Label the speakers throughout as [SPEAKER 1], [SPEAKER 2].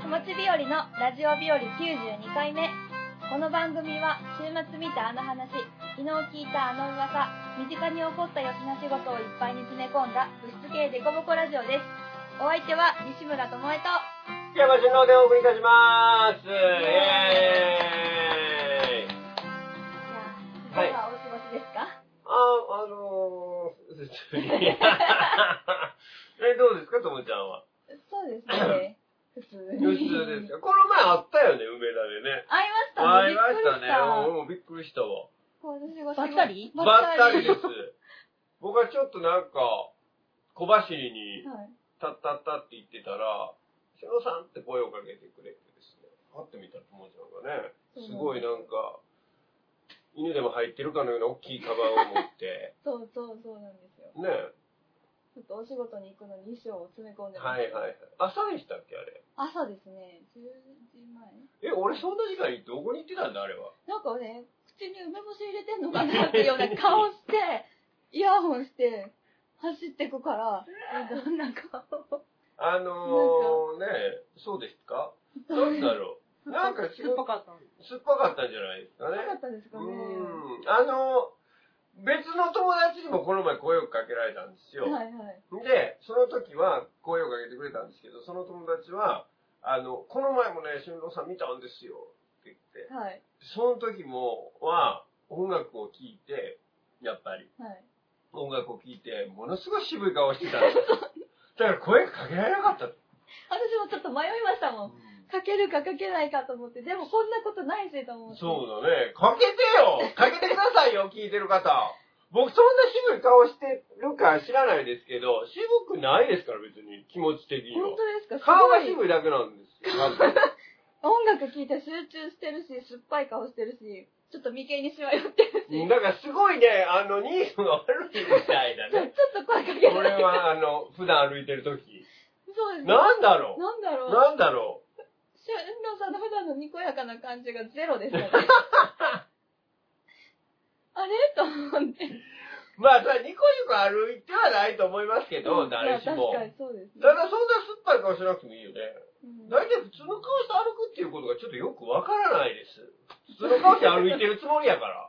[SPEAKER 1] 人のラジオ日和92回目この番組は週末見たあの話昨日聞いたあの噂身近に起こった余計な仕事をいっぱいに詰め込んだ物質系デコボコラジオですお相手は西村智恵と
[SPEAKER 2] 山新郎でお送りいたしますイ
[SPEAKER 1] エ
[SPEAKER 2] エ
[SPEAKER 1] い
[SPEAKER 2] ーイ
[SPEAKER 1] やいか
[SPEAKER 2] はい
[SPEAKER 1] がお過ごしですか、
[SPEAKER 2] あ、あのー、 普通にえ、どうですか、ともちゃんは。
[SPEAKER 1] そうですね普通
[SPEAKER 2] 普
[SPEAKER 1] に
[SPEAKER 2] 通ですか。この前あったよね、梅田でね。
[SPEAKER 1] 会いましたね
[SPEAKER 2] 会い
[SPEAKER 1] び
[SPEAKER 2] ま
[SPEAKER 1] っくり
[SPEAKER 2] したね。俺もびっくりしたわ。
[SPEAKER 1] 私が
[SPEAKER 3] ばったり
[SPEAKER 2] ばったりです。僕はちょっとなんか、小走りに、
[SPEAKER 1] はい
[SPEAKER 2] タッタッタって言ってたら、しのさんって声をかけてくれてですね、会ってみたらともちゃんがね、すごいなんか、犬でも入ってるかのような大きいカバンを持って、
[SPEAKER 1] そうそうそうなんですよ
[SPEAKER 2] ね、
[SPEAKER 1] ちょっとお仕事に行くのに衣装を詰め込んでま
[SPEAKER 2] は
[SPEAKER 1] す
[SPEAKER 2] いはいはい。朝でしたっけ、あれ。
[SPEAKER 1] 朝ですね10時前
[SPEAKER 2] え、俺そんな時間にどこに行ってたんだ、あれは。
[SPEAKER 1] なんかね、口に梅干し入れてんのかなっていうような顔 して、イヤホンして、走ってくから、えどんな顔
[SPEAKER 2] あのー、ね、そうですかなんだろう。なんかす
[SPEAKER 3] 酸っぱかったの。
[SPEAKER 2] 酸っぱかったんじゃないですかね
[SPEAKER 1] な。かったです
[SPEAKER 2] う
[SPEAKER 1] かね。
[SPEAKER 2] ん。あのー、別の友達にもこの前声をかけられたんですよ。
[SPEAKER 1] はいはい。
[SPEAKER 2] で、その時は声をかけてくれたんですけど、その友達は、あの、この前もね、俊郎さん見たんですよって言って、
[SPEAKER 1] はい。
[SPEAKER 2] その時も、は、音楽を聴いて、やっぱり、
[SPEAKER 1] はい。
[SPEAKER 2] 音楽を聴いて、ものすごい渋い顔してたん ですよ。だから声かけられなかった。
[SPEAKER 1] 私もちょっと迷いましたもん。かけるかかけないかと思って、でもこんなことないしと思って。う。
[SPEAKER 2] そうだね。かけてよかけてくださいよ、聞いてる方。僕そんな渋い顔してるか知らないですけど、渋くないですから別に、気持ち的には
[SPEAKER 1] 本。当ですか
[SPEAKER 2] 顔が
[SPEAKER 1] すごい
[SPEAKER 2] 渋いだけな んですよ。多分
[SPEAKER 1] 音楽聴いて集中してるし、酸っぱい顔してるし、ちょっと眉間にしわ寄ってるし。
[SPEAKER 2] だからすごいね、あの、ニーズが悪いみたいだ
[SPEAKER 1] ちょちょ
[SPEAKER 2] ね。
[SPEAKER 1] っと声かけ
[SPEAKER 2] こ
[SPEAKER 1] ない。
[SPEAKER 2] れは、あの、普段歩いてる時。
[SPEAKER 1] そうですね。
[SPEAKER 2] なんだろ
[SPEAKER 1] なんだろ
[SPEAKER 2] う
[SPEAKER 1] う。
[SPEAKER 2] なんだろ
[SPEAKER 1] 俊郎さんの普段のにこやかな感じがゼロです よね。あれと思って。
[SPEAKER 2] うまあ、それはニコニコ歩いてはないと思いますけど、誰しも
[SPEAKER 1] まあ。確かにそうです、ね
[SPEAKER 2] ただそんな酸っぱい顔しなくてもいいよね。
[SPEAKER 1] うん
[SPEAKER 2] 大体普通の顔して歩くっていうことがちょっとよくわからないです。普通の顔して歩いてるつもりやから。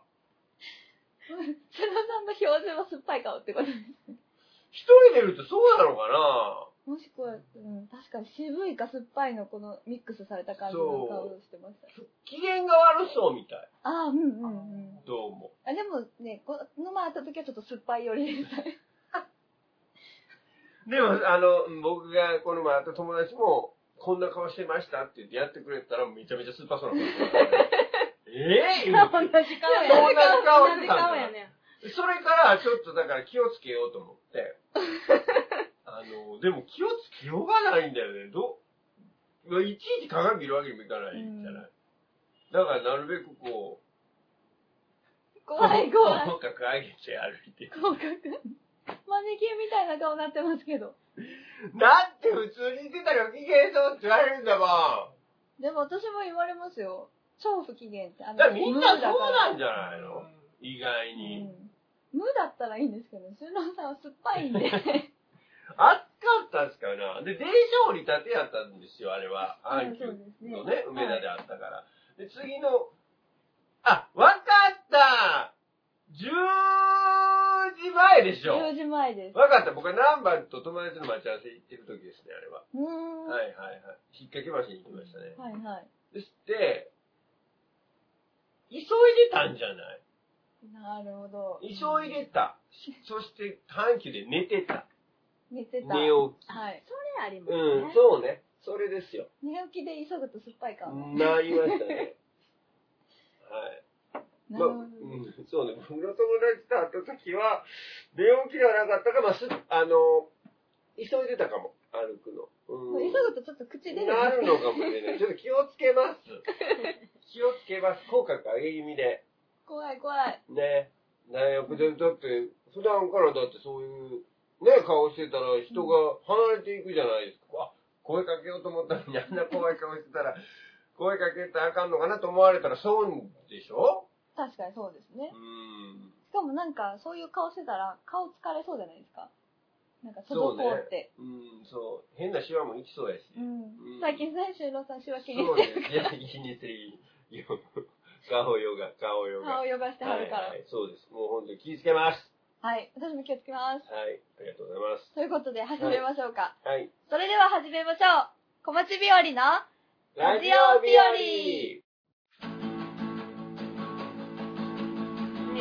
[SPEAKER 1] 俊郎さんの表情は酸っぱい顔ってことです。
[SPEAKER 2] 一人でいるとそうなのかな
[SPEAKER 1] もしくは、うん、確かに渋いか酸っぱいのこのミックスされた感じの顔をしてました。
[SPEAKER 2] 機嫌が悪そうみたい。
[SPEAKER 1] ああ、うんうんうん。
[SPEAKER 2] どうも。
[SPEAKER 1] あでもね、この前会った時はちょっと酸っぱい寄りでした ね。
[SPEAKER 2] でも、あの、僕がこの前会った友達も、こんな顔してましたって言ってやってくれたら、めちゃめちゃスーパーソナ顔してたからね ええ言う
[SPEAKER 3] 同
[SPEAKER 2] て
[SPEAKER 3] じ顔や
[SPEAKER 2] 同
[SPEAKER 3] ね。
[SPEAKER 2] じ顔
[SPEAKER 3] 同じ顔やね。
[SPEAKER 2] それから、ちょっとだから気をつけようと思って。あの、でも気をつけようがないんだよね。どう、いちいち鏡見るわけにもいかないじゃない。だから、なるべくこう、
[SPEAKER 1] 怖い怖い。
[SPEAKER 2] 口角上げて歩いて。
[SPEAKER 1] 口角。マネキンみたいな顔になってますけど。
[SPEAKER 2] だって普通に出たら不機嫌そうって言われるんだもん。
[SPEAKER 1] でも私も言われますよ。超不機嫌って。あの
[SPEAKER 2] だからみんなそうなん
[SPEAKER 1] 無
[SPEAKER 2] じゃないの意外に。
[SPEAKER 1] うん無だったらいいんですけど、俊郎さんは酸っぱいんで。
[SPEAKER 2] 暑かったっすかな。で、電車降りたてやったんですよ、 あれは。阪急
[SPEAKER 1] そうです
[SPEAKER 2] のね、梅田であったから。で、次の、あ、わかった10時前でしょ
[SPEAKER 1] 10時前です。
[SPEAKER 2] わかった。僕はナンバーと友達の待ち合わせ行ってる時ですね、あれは。
[SPEAKER 1] うーん。
[SPEAKER 2] は
[SPEAKER 1] はい
[SPEAKER 2] はいはい。引っ掛け橋に行きましたね。
[SPEAKER 1] いはい。
[SPEAKER 2] でして、急いでたんじゃない
[SPEAKER 1] なるほど。
[SPEAKER 2] 急い でた。そして、阪急で寝てた。
[SPEAKER 1] 寝てた。
[SPEAKER 2] 寝起き。
[SPEAKER 1] はい。
[SPEAKER 3] それあります
[SPEAKER 2] うん、
[SPEAKER 3] ね。
[SPEAKER 2] そうね。それですよ。
[SPEAKER 1] 寝起きで急ぐと酸っぱい顔。な
[SPEAKER 2] なりましたね。はい。
[SPEAKER 1] るほど。
[SPEAKER 2] うん、そうね。僕の友達と会った時は、寝起きではなかったか、まあ、す、あの、急いでたかも、歩くの。う
[SPEAKER 1] 急
[SPEAKER 2] ん。
[SPEAKER 1] ぐとちょっと口出るんです
[SPEAKER 2] なる
[SPEAKER 1] ね
[SPEAKER 2] のかもしれない。ちょっと気をつけます。気をつけます。口角上げ気味で。
[SPEAKER 1] 怖い怖い。
[SPEAKER 2] ね。大学で、だって、普段からだってそういう、ね、顔してたら人が離れていくじゃないですか。あ、声かけようと思ったのにあんな怖い顔してたら、声かけたらあかんのかなと思われたら損でしょ
[SPEAKER 1] 確かにそうです
[SPEAKER 2] う
[SPEAKER 1] ね。
[SPEAKER 2] ん。
[SPEAKER 1] しかもなんか、そういう顔してたら、顔疲れそうじゃないですか。なんか届こうって。
[SPEAKER 2] うん、そう。変なシワもいきそうやし。
[SPEAKER 1] うん
[SPEAKER 2] うん
[SPEAKER 1] 最近最終のさん仕分けに
[SPEAKER 2] そう
[SPEAKER 1] し
[SPEAKER 2] ね
[SPEAKER 1] てる。
[SPEAKER 2] いや、気にする。よ顔よが、顔よ
[SPEAKER 1] 顔を
[SPEAKER 2] が。
[SPEAKER 1] 汚してはるから。
[SPEAKER 2] は
[SPEAKER 1] はいい、
[SPEAKER 2] はいそうです。もう本当に気をつけます。
[SPEAKER 1] 私も気をつけます。
[SPEAKER 2] はい。ありがとうございます。
[SPEAKER 1] ということで始めましょうか。
[SPEAKER 2] はい。
[SPEAKER 1] それでは始めましょう。小町日和のラジオ日和
[SPEAKER 2] 西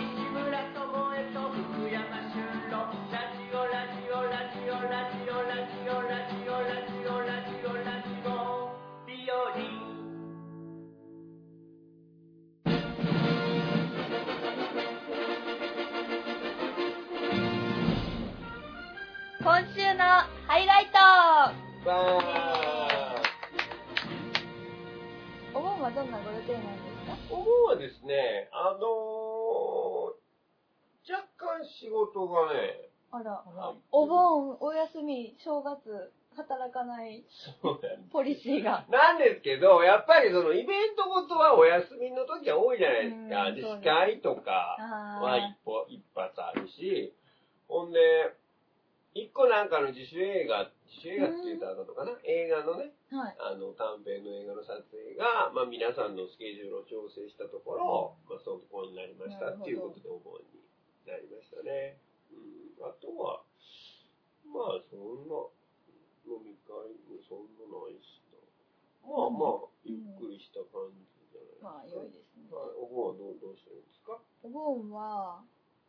[SPEAKER 2] 村智恵と福山俊郎ラジオラジオラジオラジオラジオラジオラジオラジオラジオ日
[SPEAKER 1] 今週のハイライト
[SPEAKER 2] 和わ
[SPEAKER 1] お盆はどんなご予定なんですか
[SPEAKER 2] ー午後はですねあのー、若干仕事がね
[SPEAKER 1] あら、
[SPEAKER 2] はい
[SPEAKER 1] お盆、お休み、正月、働かない
[SPEAKER 2] そうなんです
[SPEAKER 1] ポリシーが。
[SPEAKER 2] なんですけど、やっぱりそのイベントごとはお休みの時は多いじゃないです
[SPEAKER 1] う
[SPEAKER 2] か。
[SPEAKER 1] ん
[SPEAKER 2] で、
[SPEAKER 1] そうね
[SPEAKER 2] 司会とか
[SPEAKER 1] あ
[SPEAKER 2] は一歩、一発あるし、ほんで、一個なんかの自主映画、自主映画って言ったらあかんのかな、映画のね、
[SPEAKER 1] あ。はい。
[SPEAKER 2] あの、短編の映画の撮影が、まあ皆さんのスケジュールを調整したところ、まあそういうところになりましたっていうことでお盆になりましたね。うん、あとは、まあそんな、飲み会もそんなないしな。まあまあ、
[SPEAKER 1] うん
[SPEAKER 2] ゆっくりした感じじゃ
[SPEAKER 1] まあ、
[SPEAKER 2] ない
[SPEAKER 1] 良い
[SPEAKER 2] です
[SPEAKER 1] です
[SPEAKER 2] か。
[SPEAKER 1] ね。
[SPEAKER 2] はいお盆はどうどうしてるんですか
[SPEAKER 1] お盆は、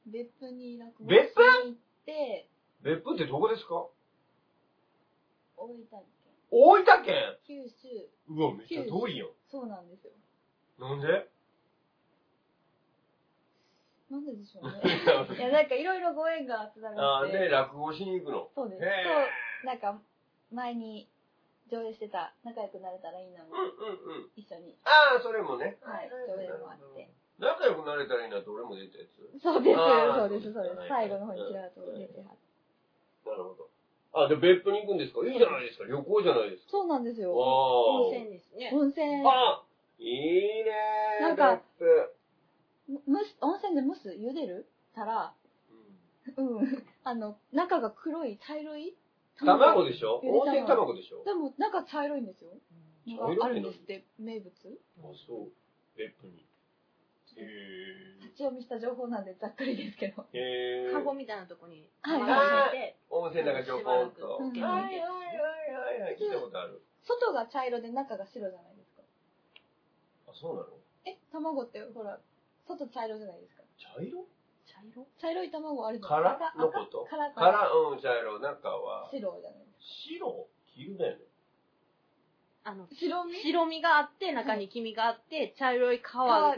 [SPEAKER 1] 別府に落語し
[SPEAKER 2] 別府
[SPEAKER 1] に行って、
[SPEAKER 2] 別府ってどこですか
[SPEAKER 1] 大分県、
[SPEAKER 2] 大分
[SPEAKER 1] 九
[SPEAKER 2] 県
[SPEAKER 1] 州、
[SPEAKER 2] うわ、めっちゃ遠いよ。
[SPEAKER 1] そうなんですよ。
[SPEAKER 2] なんで
[SPEAKER 1] なんででしょうね。いや、なんかいろいろご縁がつながっ
[SPEAKER 2] あーで、
[SPEAKER 1] て。
[SPEAKER 2] 落語しに行くの。
[SPEAKER 1] そうです。
[SPEAKER 2] へ
[SPEAKER 1] そう、なんか、前に上映してた、仲良くなれたらいいな
[SPEAKER 2] うんう
[SPEAKER 1] の、
[SPEAKER 2] んうん。
[SPEAKER 1] 一緒に。
[SPEAKER 2] ああ、それもね。
[SPEAKER 1] はいそういうのもあって
[SPEAKER 2] 仲良くなれたらいいなって俺も出たやつ。
[SPEAKER 1] そうです、
[SPEAKER 2] あー
[SPEAKER 1] そうです、そうで
[SPEAKER 2] は
[SPEAKER 1] す。
[SPEAKER 2] い
[SPEAKER 1] 最後の方にちらっと出てはって。
[SPEAKER 2] なるほど。あ、で、別府に行くんですかいいじゃないですか。旅行じゃないですか。
[SPEAKER 1] そうなんです
[SPEAKER 2] あ
[SPEAKER 1] よ。
[SPEAKER 2] あ。
[SPEAKER 3] 温泉ですね。
[SPEAKER 1] 温泉、
[SPEAKER 2] あいいねー。
[SPEAKER 1] なんか
[SPEAKER 2] 別府、
[SPEAKER 1] む蒸し温泉で蒸す、茹でるたら、うん。 あの、中が黒い、茶色い
[SPEAKER 2] うん卵でしょ
[SPEAKER 1] ゆで卵
[SPEAKER 2] 温泉卵でしょ
[SPEAKER 1] でも、中茶色いんですよ。
[SPEAKER 2] 茶色いの
[SPEAKER 1] があるんですって、名物。
[SPEAKER 2] あ、そう。別府に。へ
[SPEAKER 1] 立ち読みした情報なんでざっくりですけど。
[SPEAKER 2] え。へえ。
[SPEAKER 3] カゴみたいなとこに、
[SPEAKER 1] はい
[SPEAKER 3] て、
[SPEAKER 2] 温泉なんか今日ポンと。
[SPEAKER 1] うん
[SPEAKER 2] はいはいはいはい。聞いたことある。
[SPEAKER 1] 外が茶色で中が白じゃないですか。
[SPEAKER 2] あ、そうなの
[SPEAKER 1] え、卵ってほら、外茶色じゃないですか。
[SPEAKER 2] 茶色
[SPEAKER 3] 茶色
[SPEAKER 1] 茶色い卵あるじゃない
[SPEAKER 2] 殻
[SPEAKER 1] ですか。
[SPEAKER 2] のこと
[SPEAKER 1] 殻
[SPEAKER 2] 殻、うん、茶色。中は、
[SPEAKER 1] 白じゃないで
[SPEAKER 2] 白黄色だよね。
[SPEAKER 3] あの、
[SPEAKER 1] すか。白身
[SPEAKER 3] 白身があって、中に黄身があって、茶色い皮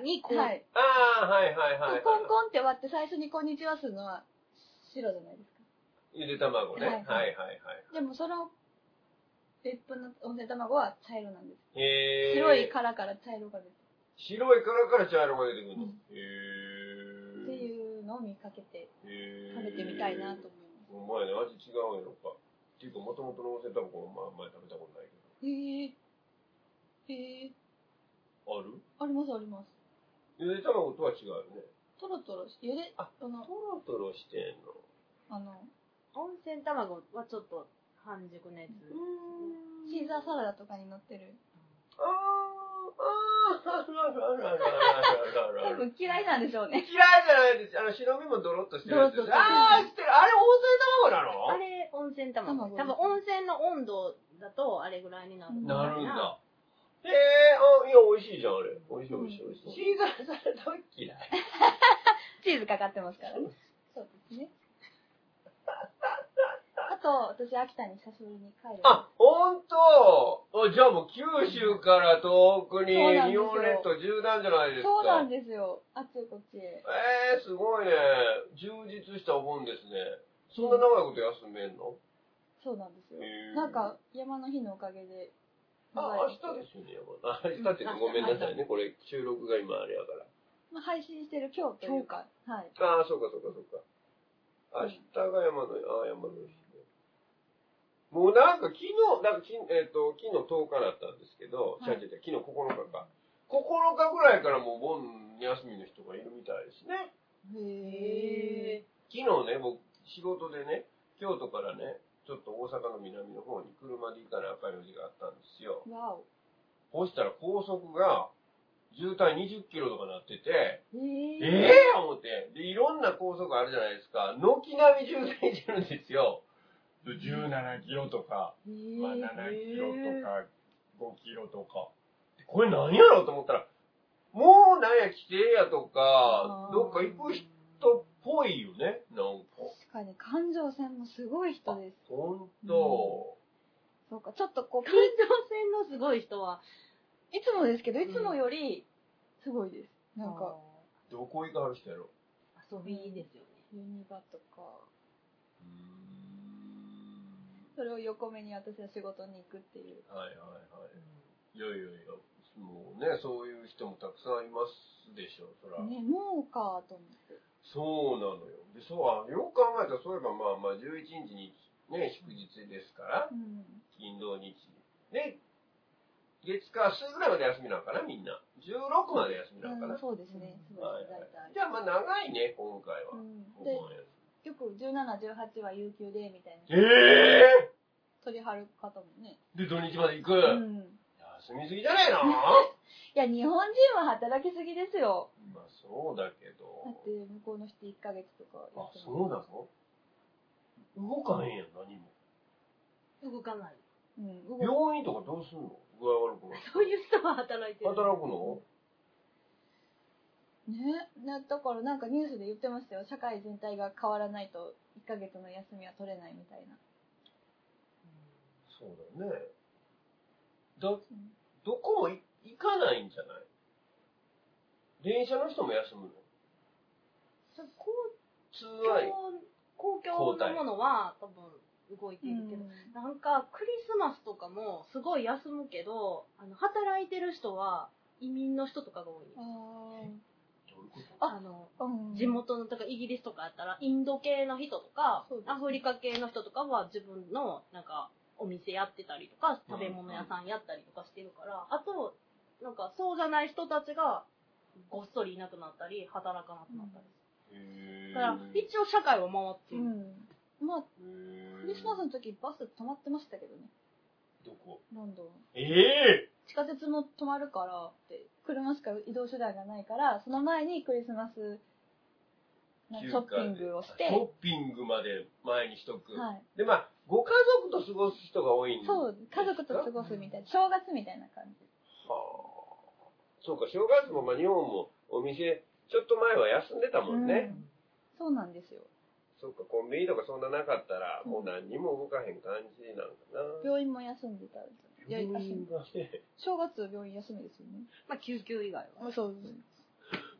[SPEAKER 3] にこう、
[SPEAKER 1] はい。
[SPEAKER 2] ああ、はいはいはいはい。
[SPEAKER 1] コンコンって割って最初にこんにちはするのは白じゃないですか。
[SPEAKER 2] ゆで卵ね。
[SPEAKER 1] は
[SPEAKER 2] はいい
[SPEAKER 1] はい
[SPEAKER 2] はいはい。
[SPEAKER 1] でもその別府の温泉卵は茶色なんです。
[SPEAKER 2] へー
[SPEAKER 1] 白い殻から茶色が出て
[SPEAKER 2] 白い殻から茶色が出てくるの。
[SPEAKER 1] うんっ
[SPEAKER 2] へー
[SPEAKER 1] ていうのを見かけて
[SPEAKER 2] へー
[SPEAKER 1] 食べてみたいなと思いま
[SPEAKER 2] お前ね、味違うやろか。っていうか、もともとの温泉卵はあんまり食べたことないけ
[SPEAKER 1] す。へえ。へえ。
[SPEAKER 2] ど。ある
[SPEAKER 1] ありますあります。
[SPEAKER 2] ゆで卵とは違うよね。
[SPEAKER 1] トロトロし、ゆで、
[SPEAKER 2] あ
[SPEAKER 1] その、
[SPEAKER 2] トロトロしてんの。
[SPEAKER 1] あの、
[SPEAKER 3] 温泉卵はちょっと半熟のやつ。
[SPEAKER 1] シーザーサラダとかに乗ってる。
[SPEAKER 2] あーあー、あるあるあるあるあるあるあ
[SPEAKER 1] 多
[SPEAKER 2] る。
[SPEAKER 1] 分嫌いなんでしょう
[SPEAKER 2] 嫌い
[SPEAKER 1] ね。
[SPEAKER 2] じゃないです。あの、白身もドロッとしてるやつ
[SPEAKER 1] ドロッとしてる
[SPEAKER 2] ああ、知ってる。あれ温泉卵なの
[SPEAKER 3] あれ、温泉卵。
[SPEAKER 1] 卵
[SPEAKER 3] 多分温泉の温度だと、あれぐらいになる。
[SPEAKER 2] なるんだ。ええー、あ、いや、美味しいじゃん、あれ。美味しい、美味しい、美味しい。シーザーサラダは嫌い。
[SPEAKER 1] チーズかかってますからね。そうですね。あと、私、秋田に久しぶりに帰る。
[SPEAKER 2] あ、ほんとあじゃあもう九州から東北に
[SPEAKER 1] そうなんです
[SPEAKER 2] 日
[SPEAKER 1] よ
[SPEAKER 2] 本列島縦断じゃないですか。
[SPEAKER 1] そうなんですよ。あっちこっちへ。
[SPEAKER 2] えー、すごいね。充実したお盆ですね。そんな長いこと休めんの、
[SPEAKER 1] そうなんですよ。
[SPEAKER 2] へー
[SPEAKER 1] なんか、山の日のおかげで。
[SPEAKER 2] あ、明日ですよね、山田。あ明日ってごめんなさいね。これ収録が今あれやから。
[SPEAKER 1] まあ、配信してる今日というか、はい。
[SPEAKER 2] ああ、そうかそうかそうか。明日が山の、ああ、山の日ね。もうなんか昨日、なんかき、えっ、と、昨日10日だったんですけど、
[SPEAKER 1] はい
[SPEAKER 2] 違う違う違う昨日9日か。9日ぐらいからもう盆休みの人がいるみたいですね。
[SPEAKER 1] へ
[SPEAKER 3] え。
[SPEAKER 2] 昨日ね、僕仕事でね、京都からね、ちょっと大阪の南の方に車で行かなあかん用事があったんですよ。
[SPEAKER 4] わお。
[SPEAKER 2] そしたら高速が渋滞20キロとかなってて、
[SPEAKER 4] え
[SPEAKER 2] え
[SPEAKER 4] え
[SPEAKER 2] え思って。で、いろんな高速あるじゃないですか。軒並み渋滞してるんですよ。17キロとか、
[SPEAKER 4] ー。
[SPEAKER 2] まあ、7キロと
[SPEAKER 4] か。
[SPEAKER 2] か、5キロとか。これ何やろうと思ったら、もうなんや規制やとか、どっか行く人っぽいよね、なんか。
[SPEAKER 4] 確かに、環状線もすごい人です。
[SPEAKER 2] ほんと。
[SPEAKER 4] そうか、ちょっとこう、環状線のすごい人は、いつもですけど、いつもより、すごいです。
[SPEAKER 1] なんか、
[SPEAKER 2] どこ行かはる人やろ。
[SPEAKER 3] 遊びいいですよね。
[SPEAKER 1] ユニバとか、
[SPEAKER 2] うーん
[SPEAKER 1] それを横目に私は仕事に行くっていう。
[SPEAKER 2] はいはいはい。いやいやいや、もうね、そういう人もたくさんいますでしょ、そら。
[SPEAKER 1] ね、農家と思って。
[SPEAKER 2] そうなのよ。で、そう、あよく考えたら、そういえばまあまあ、11日に、ね、祝日ですから、
[SPEAKER 1] うん。
[SPEAKER 2] 金土日。で、月火水ぐらいまで休みなのかな、みんな。16まで休みなのかな。
[SPEAKER 1] そうですね。そう
[SPEAKER 2] はい
[SPEAKER 1] です、
[SPEAKER 2] は
[SPEAKER 1] 大
[SPEAKER 2] いじ
[SPEAKER 1] 体。
[SPEAKER 2] ゃあまあ、長いね、今回
[SPEAKER 1] う
[SPEAKER 2] は。
[SPEAKER 1] ん、で
[SPEAKER 2] お盆休
[SPEAKER 1] よく1718は有給でみたい
[SPEAKER 2] み
[SPEAKER 1] な
[SPEAKER 2] え
[SPEAKER 1] 取り張る方もね、
[SPEAKER 2] ー、で、土日まで行く。
[SPEAKER 1] うん、い
[SPEAKER 2] 休みすぎじゃないの
[SPEAKER 1] や日本人は働きすぎですよ
[SPEAKER 2] まあ、そうだけど。
[SPEAKER 1] だって向こうの人1ヶ月とかや
[SPEAKER 2] あ
[SPEAKER 1] って、
[SPEAKER 2] そうなの動かへんやん、何も。
[SPEAKER 3] 動かない。
[SPEAKER 1] うん動く
[SPEAKER 2] 病院とかどうすんの具合悪くなる。
[SPEAKER 3] そういう人は働いてる。
[SPEAKER 2] 働くの
[SPEAKER 1] ねねだからなんかニュースで言ってましたよ社会全体が変わらないと1ヶ月の休みは取れないみたいな
[SPEAKER 2] そうだね。だ、どこもい行かないんじゃない電車の人も休むの
[SPEAKER 3] 公
[SPEAKER 2] 通話員。
[SPEAKER 3] 共、公共のものは多分動いているけど、なんかクリスマスとかもすごい休むけど、あの働いてる人は移民の人とかが多い。
[SPEAKER 1] あ
[SPEAKER 2] どういうこと
[SPEAKER 1] あ
[SPEAKER 3] あの
[SPEAKER 1] ー、うん、
[SPEAKER 3] 地元のとかイギリスとかやったらインド系の人とか
[SPEAKER 1] そうですね
[SPEAKER 3] アフリカ系の人とかは自分のなんかお店やってたりとか食べ物屋さんやったりとかしてるから、あとなんかそうじゃない人たちがごっそりいなくなったり働かなくなったり
[SPEAKER 2] へ
[SPEAKER 3] する、
[SPEAKER 2] ー
[SPEAKER 3] だから一応社会は回っ
[SPEAKER 1] う
[SPEAKER 3] てる、
[SPEAKER 1] んまあ
[SPEAKER 2] へー
[SPEAKER 1] クリスマスの時バス止まってましたけどね
[SPEAKER 2] どこ
[SPEAKER 1] ロンドン
[SPEAKER 2] ええ
[SPEAKER 1] 地下鉄も止まるからって車しか移動手段がないからその前にクリスマスなショッピングをして
[SPEAKER 2] ショッピングまで前にしとく。
[SPEAKER 1] はい、
[SPEAKER 2] で、まあ、ご家族と過ごす人が多いん
[SPEAKER 1] そう家族と過ごすみたいな正月みたいな感じ
[SPEAKER 2] はあ。そうか、正月も、まあ、日本もお店、ちょっと前は休んでたもんね。
[SPEAKER 1] うんそうなんですよ
[SPEAKER 2] そうか、コンビニとかそんななかったら、もう何にも動かへん感じなんかな。
[SPEAKER 1] 病院も休んでたんですよいや
[SPEAKER 2] 病
[SPEAKER 1] 休み
[SPEAKER 2] 院がね
[SPEAKER 1] 正月は病院休みですよね
[SPEAKER 3] まあ救急以外は
[SPEAKER 1] あそうです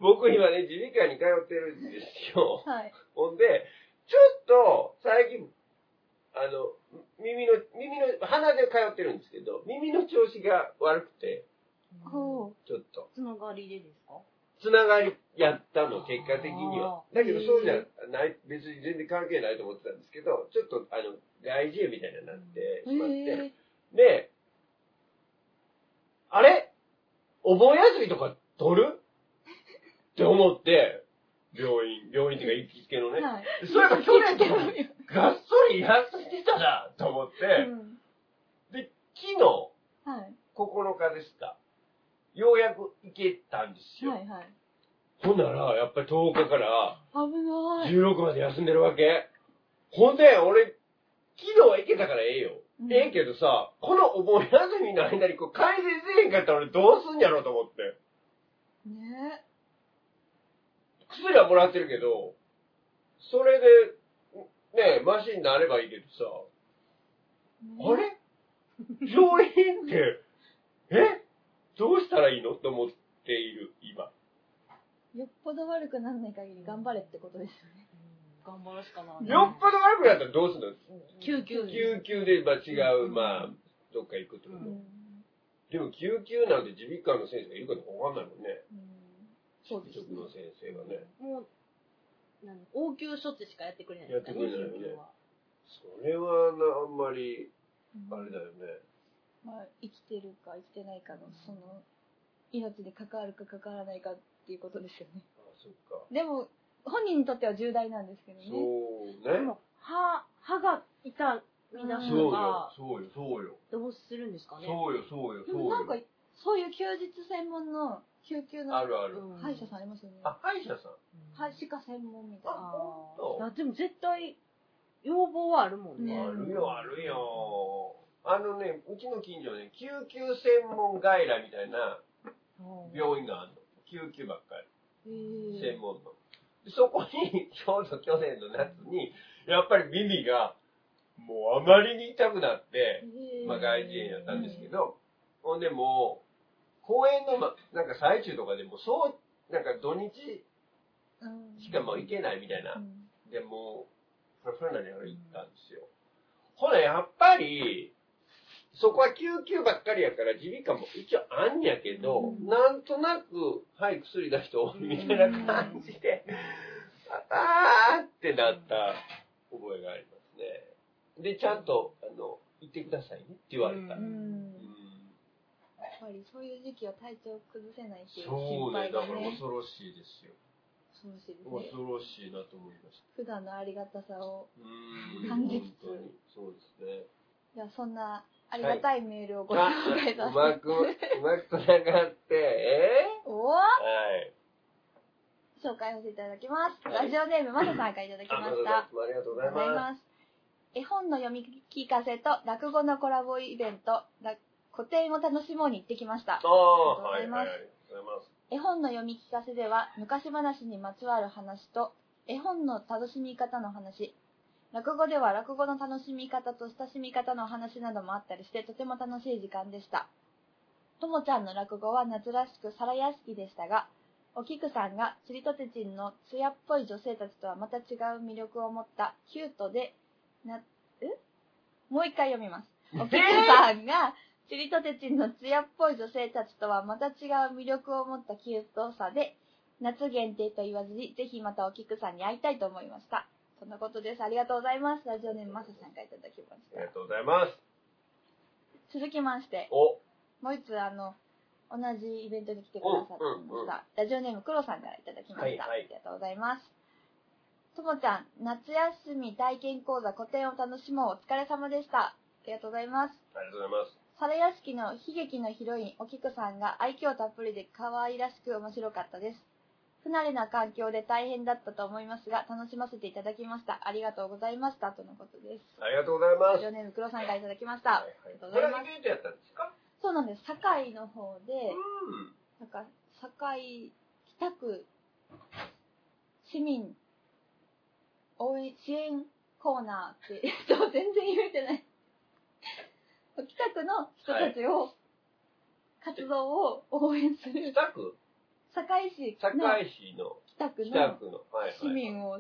[SPEAKER 2] 僕今ね、耳鼻科に通ってるんですよ。
[SPEAKER 1] はい
[SPEAKER 2] ほんで、ちょっと、最近、あの、耳の、耳の、鼻で通ってるんですけど、耳の調子が悪くて、
[SPEAKER 1] ほ
[SPEAKER 2] ちょっと。
[SPEAKER 3] つながりでですか
[SPEAKER 2] つながりやったの、結果的には。だけど、そうじゃない、別に全然関係ないと思ってたんですけど、ちょっと、あの、外耳炎みたいになって
[SPEAKER 1] う
[SPEAKER 2] しまって、
[SPEAKER 1] え
[SPEAKER 2] で、あれお盆休みとか取るって思って、病院、病院っていうか行きつけの
[SPEAKER 1] ー
[SPEAKER 2] ね。
[SPEAKER 1] はい
[SPEAKER 2] それが去年とかがっそりやってたなと思って、
[SPEAKER 1] うん
[SPEAKER 2] 昨日、
[SPEAKER 1] はい
[SPEAKER 2] 9日でした。ようやく行けたんですよ。
[SPEAKER 1] はいはい
[SPEAKER 2] ほんなら、やっぱり10日から、
[SPEAKER 1] 危ない
[SPEAKER 2] 16まで休んでるわけ。ほんで、俺、昨日は行けたからええよ。
[SPEAKER 1] うん
[SPEAKER 2] ええけどさ、このお盆休みの間にこう改善せえへんかったら俺どうすんやろうと思って。
[SPEAKER 1] ね
[SPEAKER 2] 薬はもらってるけど、それで、ねえ、マシになればいいけどさ、あれ病院って、えどうしたらいいのと思っている、今。
[SPEAKER 1] よっぽど悪くならない限り頑張れってことですよね
[SPEAKER 3] 頑張るしかない
[SPEAKER 2] よっぽど悪くなったらどうすんの
[SPEAKER 3] 救急
[SPEAKER 2] 救急で、まあ、違う、まあ、どっか行くってこと
[SPEAKER 3] う
[SPEAKER 1] うんん
[SPEAKER 2] でも救急なんて耳鼻科の先生がいるかどうかわかんないもんね。
[SPEAKER 1] うんそうですね
[SPEAKER 2] 職の先生がね。
[SPEAKER 3] もう何応急処置しかやってくれないですかね
[SPEAKER 2] やってくれないよね
[SPEAKER 3] 救急は
[SPEAKER 2] それはな、あんまり、
[SPEAKER 1] うん
[SPEAKER 2] あれだよね。
[SPEAKER 1] まあ、生きてるか生きてないかのその命に関わるか関わらないかっていうことですよね
[SPEAKER 2] あ、そっか。
[SPEAKER 1] でも本人にとっては重大なんですけどね
[SPEAKER 2] そう
[SPEAKER 3] で
[SPEAKER 2] ね。
[SPEAKER 3] も、は、歯が痛み出
[SPEAKER 2] そ
[SPEAKER 3] すと
[SPEAKER 2] うよ
[SPEAKER 3] か、、
[SPEAKER 2] そうよ、そうよ。
[SPEAKER 3] どうするんですかね。
[SPEAKER 2] そうよ、そうよ、
[SPEAKER 1] で
[SPEAKER 2] そう
[SPEAKER 1] もなんか
[SPEAKER 2] よ。、
[SPEAKER 1] そういう休日専門の救急の
[SPEAKER 2] あるある。
[SPEAKER 3] うん
[SPEAKER 1] 歯医者さんありますよね。
[SPEAKER 2] あ、歯医者さん。
[SPEAKER 1] 歯医科専門みたいな。
[SPEAKER 3] あ
[SPEAKER 2] そう
[SPEAKER 3] ーいやでも絶対、要望はあるもんね。
[SPEAKER 1] ね
[SPEAKER 2] あるよ、あるよ。あのね、うちの近所ね、救急専門外来みたいな病院があるの。救急ばっか
[SPEAKER 1] へ
[SPEAKER 2] り、
[SPEAKER 1] ー
[SPEAKER 2] 専門の。でそこに、 ちょうど去年の夏に、やっぱり耳が、もうあまりに痛くなって、まあ外耳炎やったんですけど、ほんでもう、公園の、ま、なんか最中とかでも、そう、なんか土日
[SPEAKER 1] うん
[SPEAKER 2] しかもう行けないみたいな
[SPEAKER 1] う。ん
[SPEAKER 2] でもう、それなりに行ったんですよ。ほら、やっぱり、そこは救急ばっかりやから、耳鼻科も一応あんやけ
[SPEAKER 1] う
[SPEAKER 2] ど、
[SPEAKER 1] ん
[SPEAKER 2] なんとなく、はい、薬出しておみたいな感じで、あーってなった覚えがありますね。で、ちゃんと、あの、行ってくださいねって言われた。
[SPEAKER 3] う
[SPEAKER 1] う
[SPEAKER 2] うん
[SPEAKER 1] んやっぱりそういう時期は体調崩せないっていう
[SPEAKER 2] そ
[SPEAKER 1] 心
[SPEAKER 2] うね、
[SPEAKER 1] 配
[SPEAKER 2] だ
[SPEAKER 1] が
[SPEAKER 2] から
[SPEAKER 1] ね、
[SPEAKER 2] 恐ろしいですよ。
[SPEAKER 1] そうですね。
[SPEAKER 2] 恐ろしいなと思いました。
[SPEAKER 1] 普段のありがたさを
[SPEAKER 2] うん。
[SPEAKER 1] 感激
[SPEAKER 2] 本当に。そうですね。
[SPEAKER 1] じゃあそんなありがたいメールをご紹
[SPEAKER 2] あ
[SPEAKER 1] 介さ
[SPEAKER 2] う
[SPEAKER 1] せて、
[SPEAKER 2] まく、うまくつながって、え
[SPEAKER 1] おー
[SPEAKER 2] ー、はい。
[SPEAKER 1] 紹介させていただきます。
[SPEAKER 2] は
[SPEAKER 1] ラ
[SPEAKER 2] い
[SPEAKER 1] ジオネームまささんからいただきました。
[SPEAKER 2] ありがとうご
[SPEAKER 1] ありがと
[SPEAKER 2] ざい
[SPEAKER 1] うござい
[SPEAKER 2] ま
[SPEAKER 1] ます。絵本の読み聞かせと落語のコラボイベント、ら個展を楽しもうに行ってきました
[SPEAKER 2] す。。ああー、
[SPEAKER 1] あ
[SPEAKER 2] は
[SPEAKER 1] り
[SPEAKER 2] い、
[SPEAKER 1] がとうございます
[SPEAKER 2] はい、ありがとうございます。
[SPEAKER 1] 絵本の読み聞かせでは昔話にまつわる話と絵本の楽しみ方の話落語では落語の楽しみ方と親しみ方の話などもあったりしてとても楽しい時間でしたともちゃんの落語は夏らしく皿屋敷でしたがお菊さんがちりとてちんの艶っぽい女性たちとはまた違う魅力を持ったキュートでなえもう一回読みますお菊さんがちりとてちんの艶っぽい女性たちとはまた違う魅力を持ったキュートさで、夏限定と言わずに、ぜひまたお菊さんに会いたいと思いました。そんなことです。ありがとうございます。ラジオネームまささんからいただきまし
[SPEAKER 2] ありが
[SPEAKER 1] た。
[SPEAKER 2] とうございます。
[SPEAKER 1] 続きまして、
[SPEAKER 2] お、
[SPEAKER 1] もう一つ、あの、同じイベントに来てくださって
[SPEAKER 2] うんう
[SPEAKER 1] ま
[SPEAKER 2] んうん
[SPEAKER 1] した。ラジオネームクロさんからいただきました。
[SPEAKER 2] はいはい
[SPEAKER 1] ありがとうございます。ともちゃん、夏休み体験講座個展を楽しもう。お疲れ様でした。ありがとうございます。
[SPEAKER 2] ありがとうございます。
[SPEAKER 1] 皿屋敷の悲劇のヒロイン、お菊さんが愛嬌たっぷりで可愛らしく面白かったです。不慣れな環境で大変だったと思いますが、楽しませていただきました。ありがとうございました。とのことです。
[SPEAKER 2] ありがとうございま
[SPEAKER 1] ラ
[SPEAKER 2] す。
[SPEAKER 1] ジオネーム黒さんからいただきまし
[SPEAKER 2] は
[SPEAKER 1] た。
[SPEAKER 2] い、
[SPEAKER 1] とう
[SPEAKER 2] はい。
[SPEAKER 1] ござ
[SPEAKER 2] これ
[SPEAKER 1] います
[SPEAKER 2] はイベントやったんですか
[SPEAKER 1] そうなんです。堺の方で、
[SPEAKER 2] う
[SPEAKER 1] な
[SPEAKER 2] ん。
[SPEAKER 1] んか、堺北区市民応援支援コーナーって、 ちょっと全然言えてない。北区の人たちを、活動を応援する、
[SPEAKER 2] 北区
[SPEAKER 1] 堺市の
[SPEAKER 2] 堺市の
[SPEAKER 1] 北区
[SPEAKER 2] 北
[SPEAKER 1] の
[SPEAKER 2] 区の、はい、はい。
[SPEAKER 1] 市民を、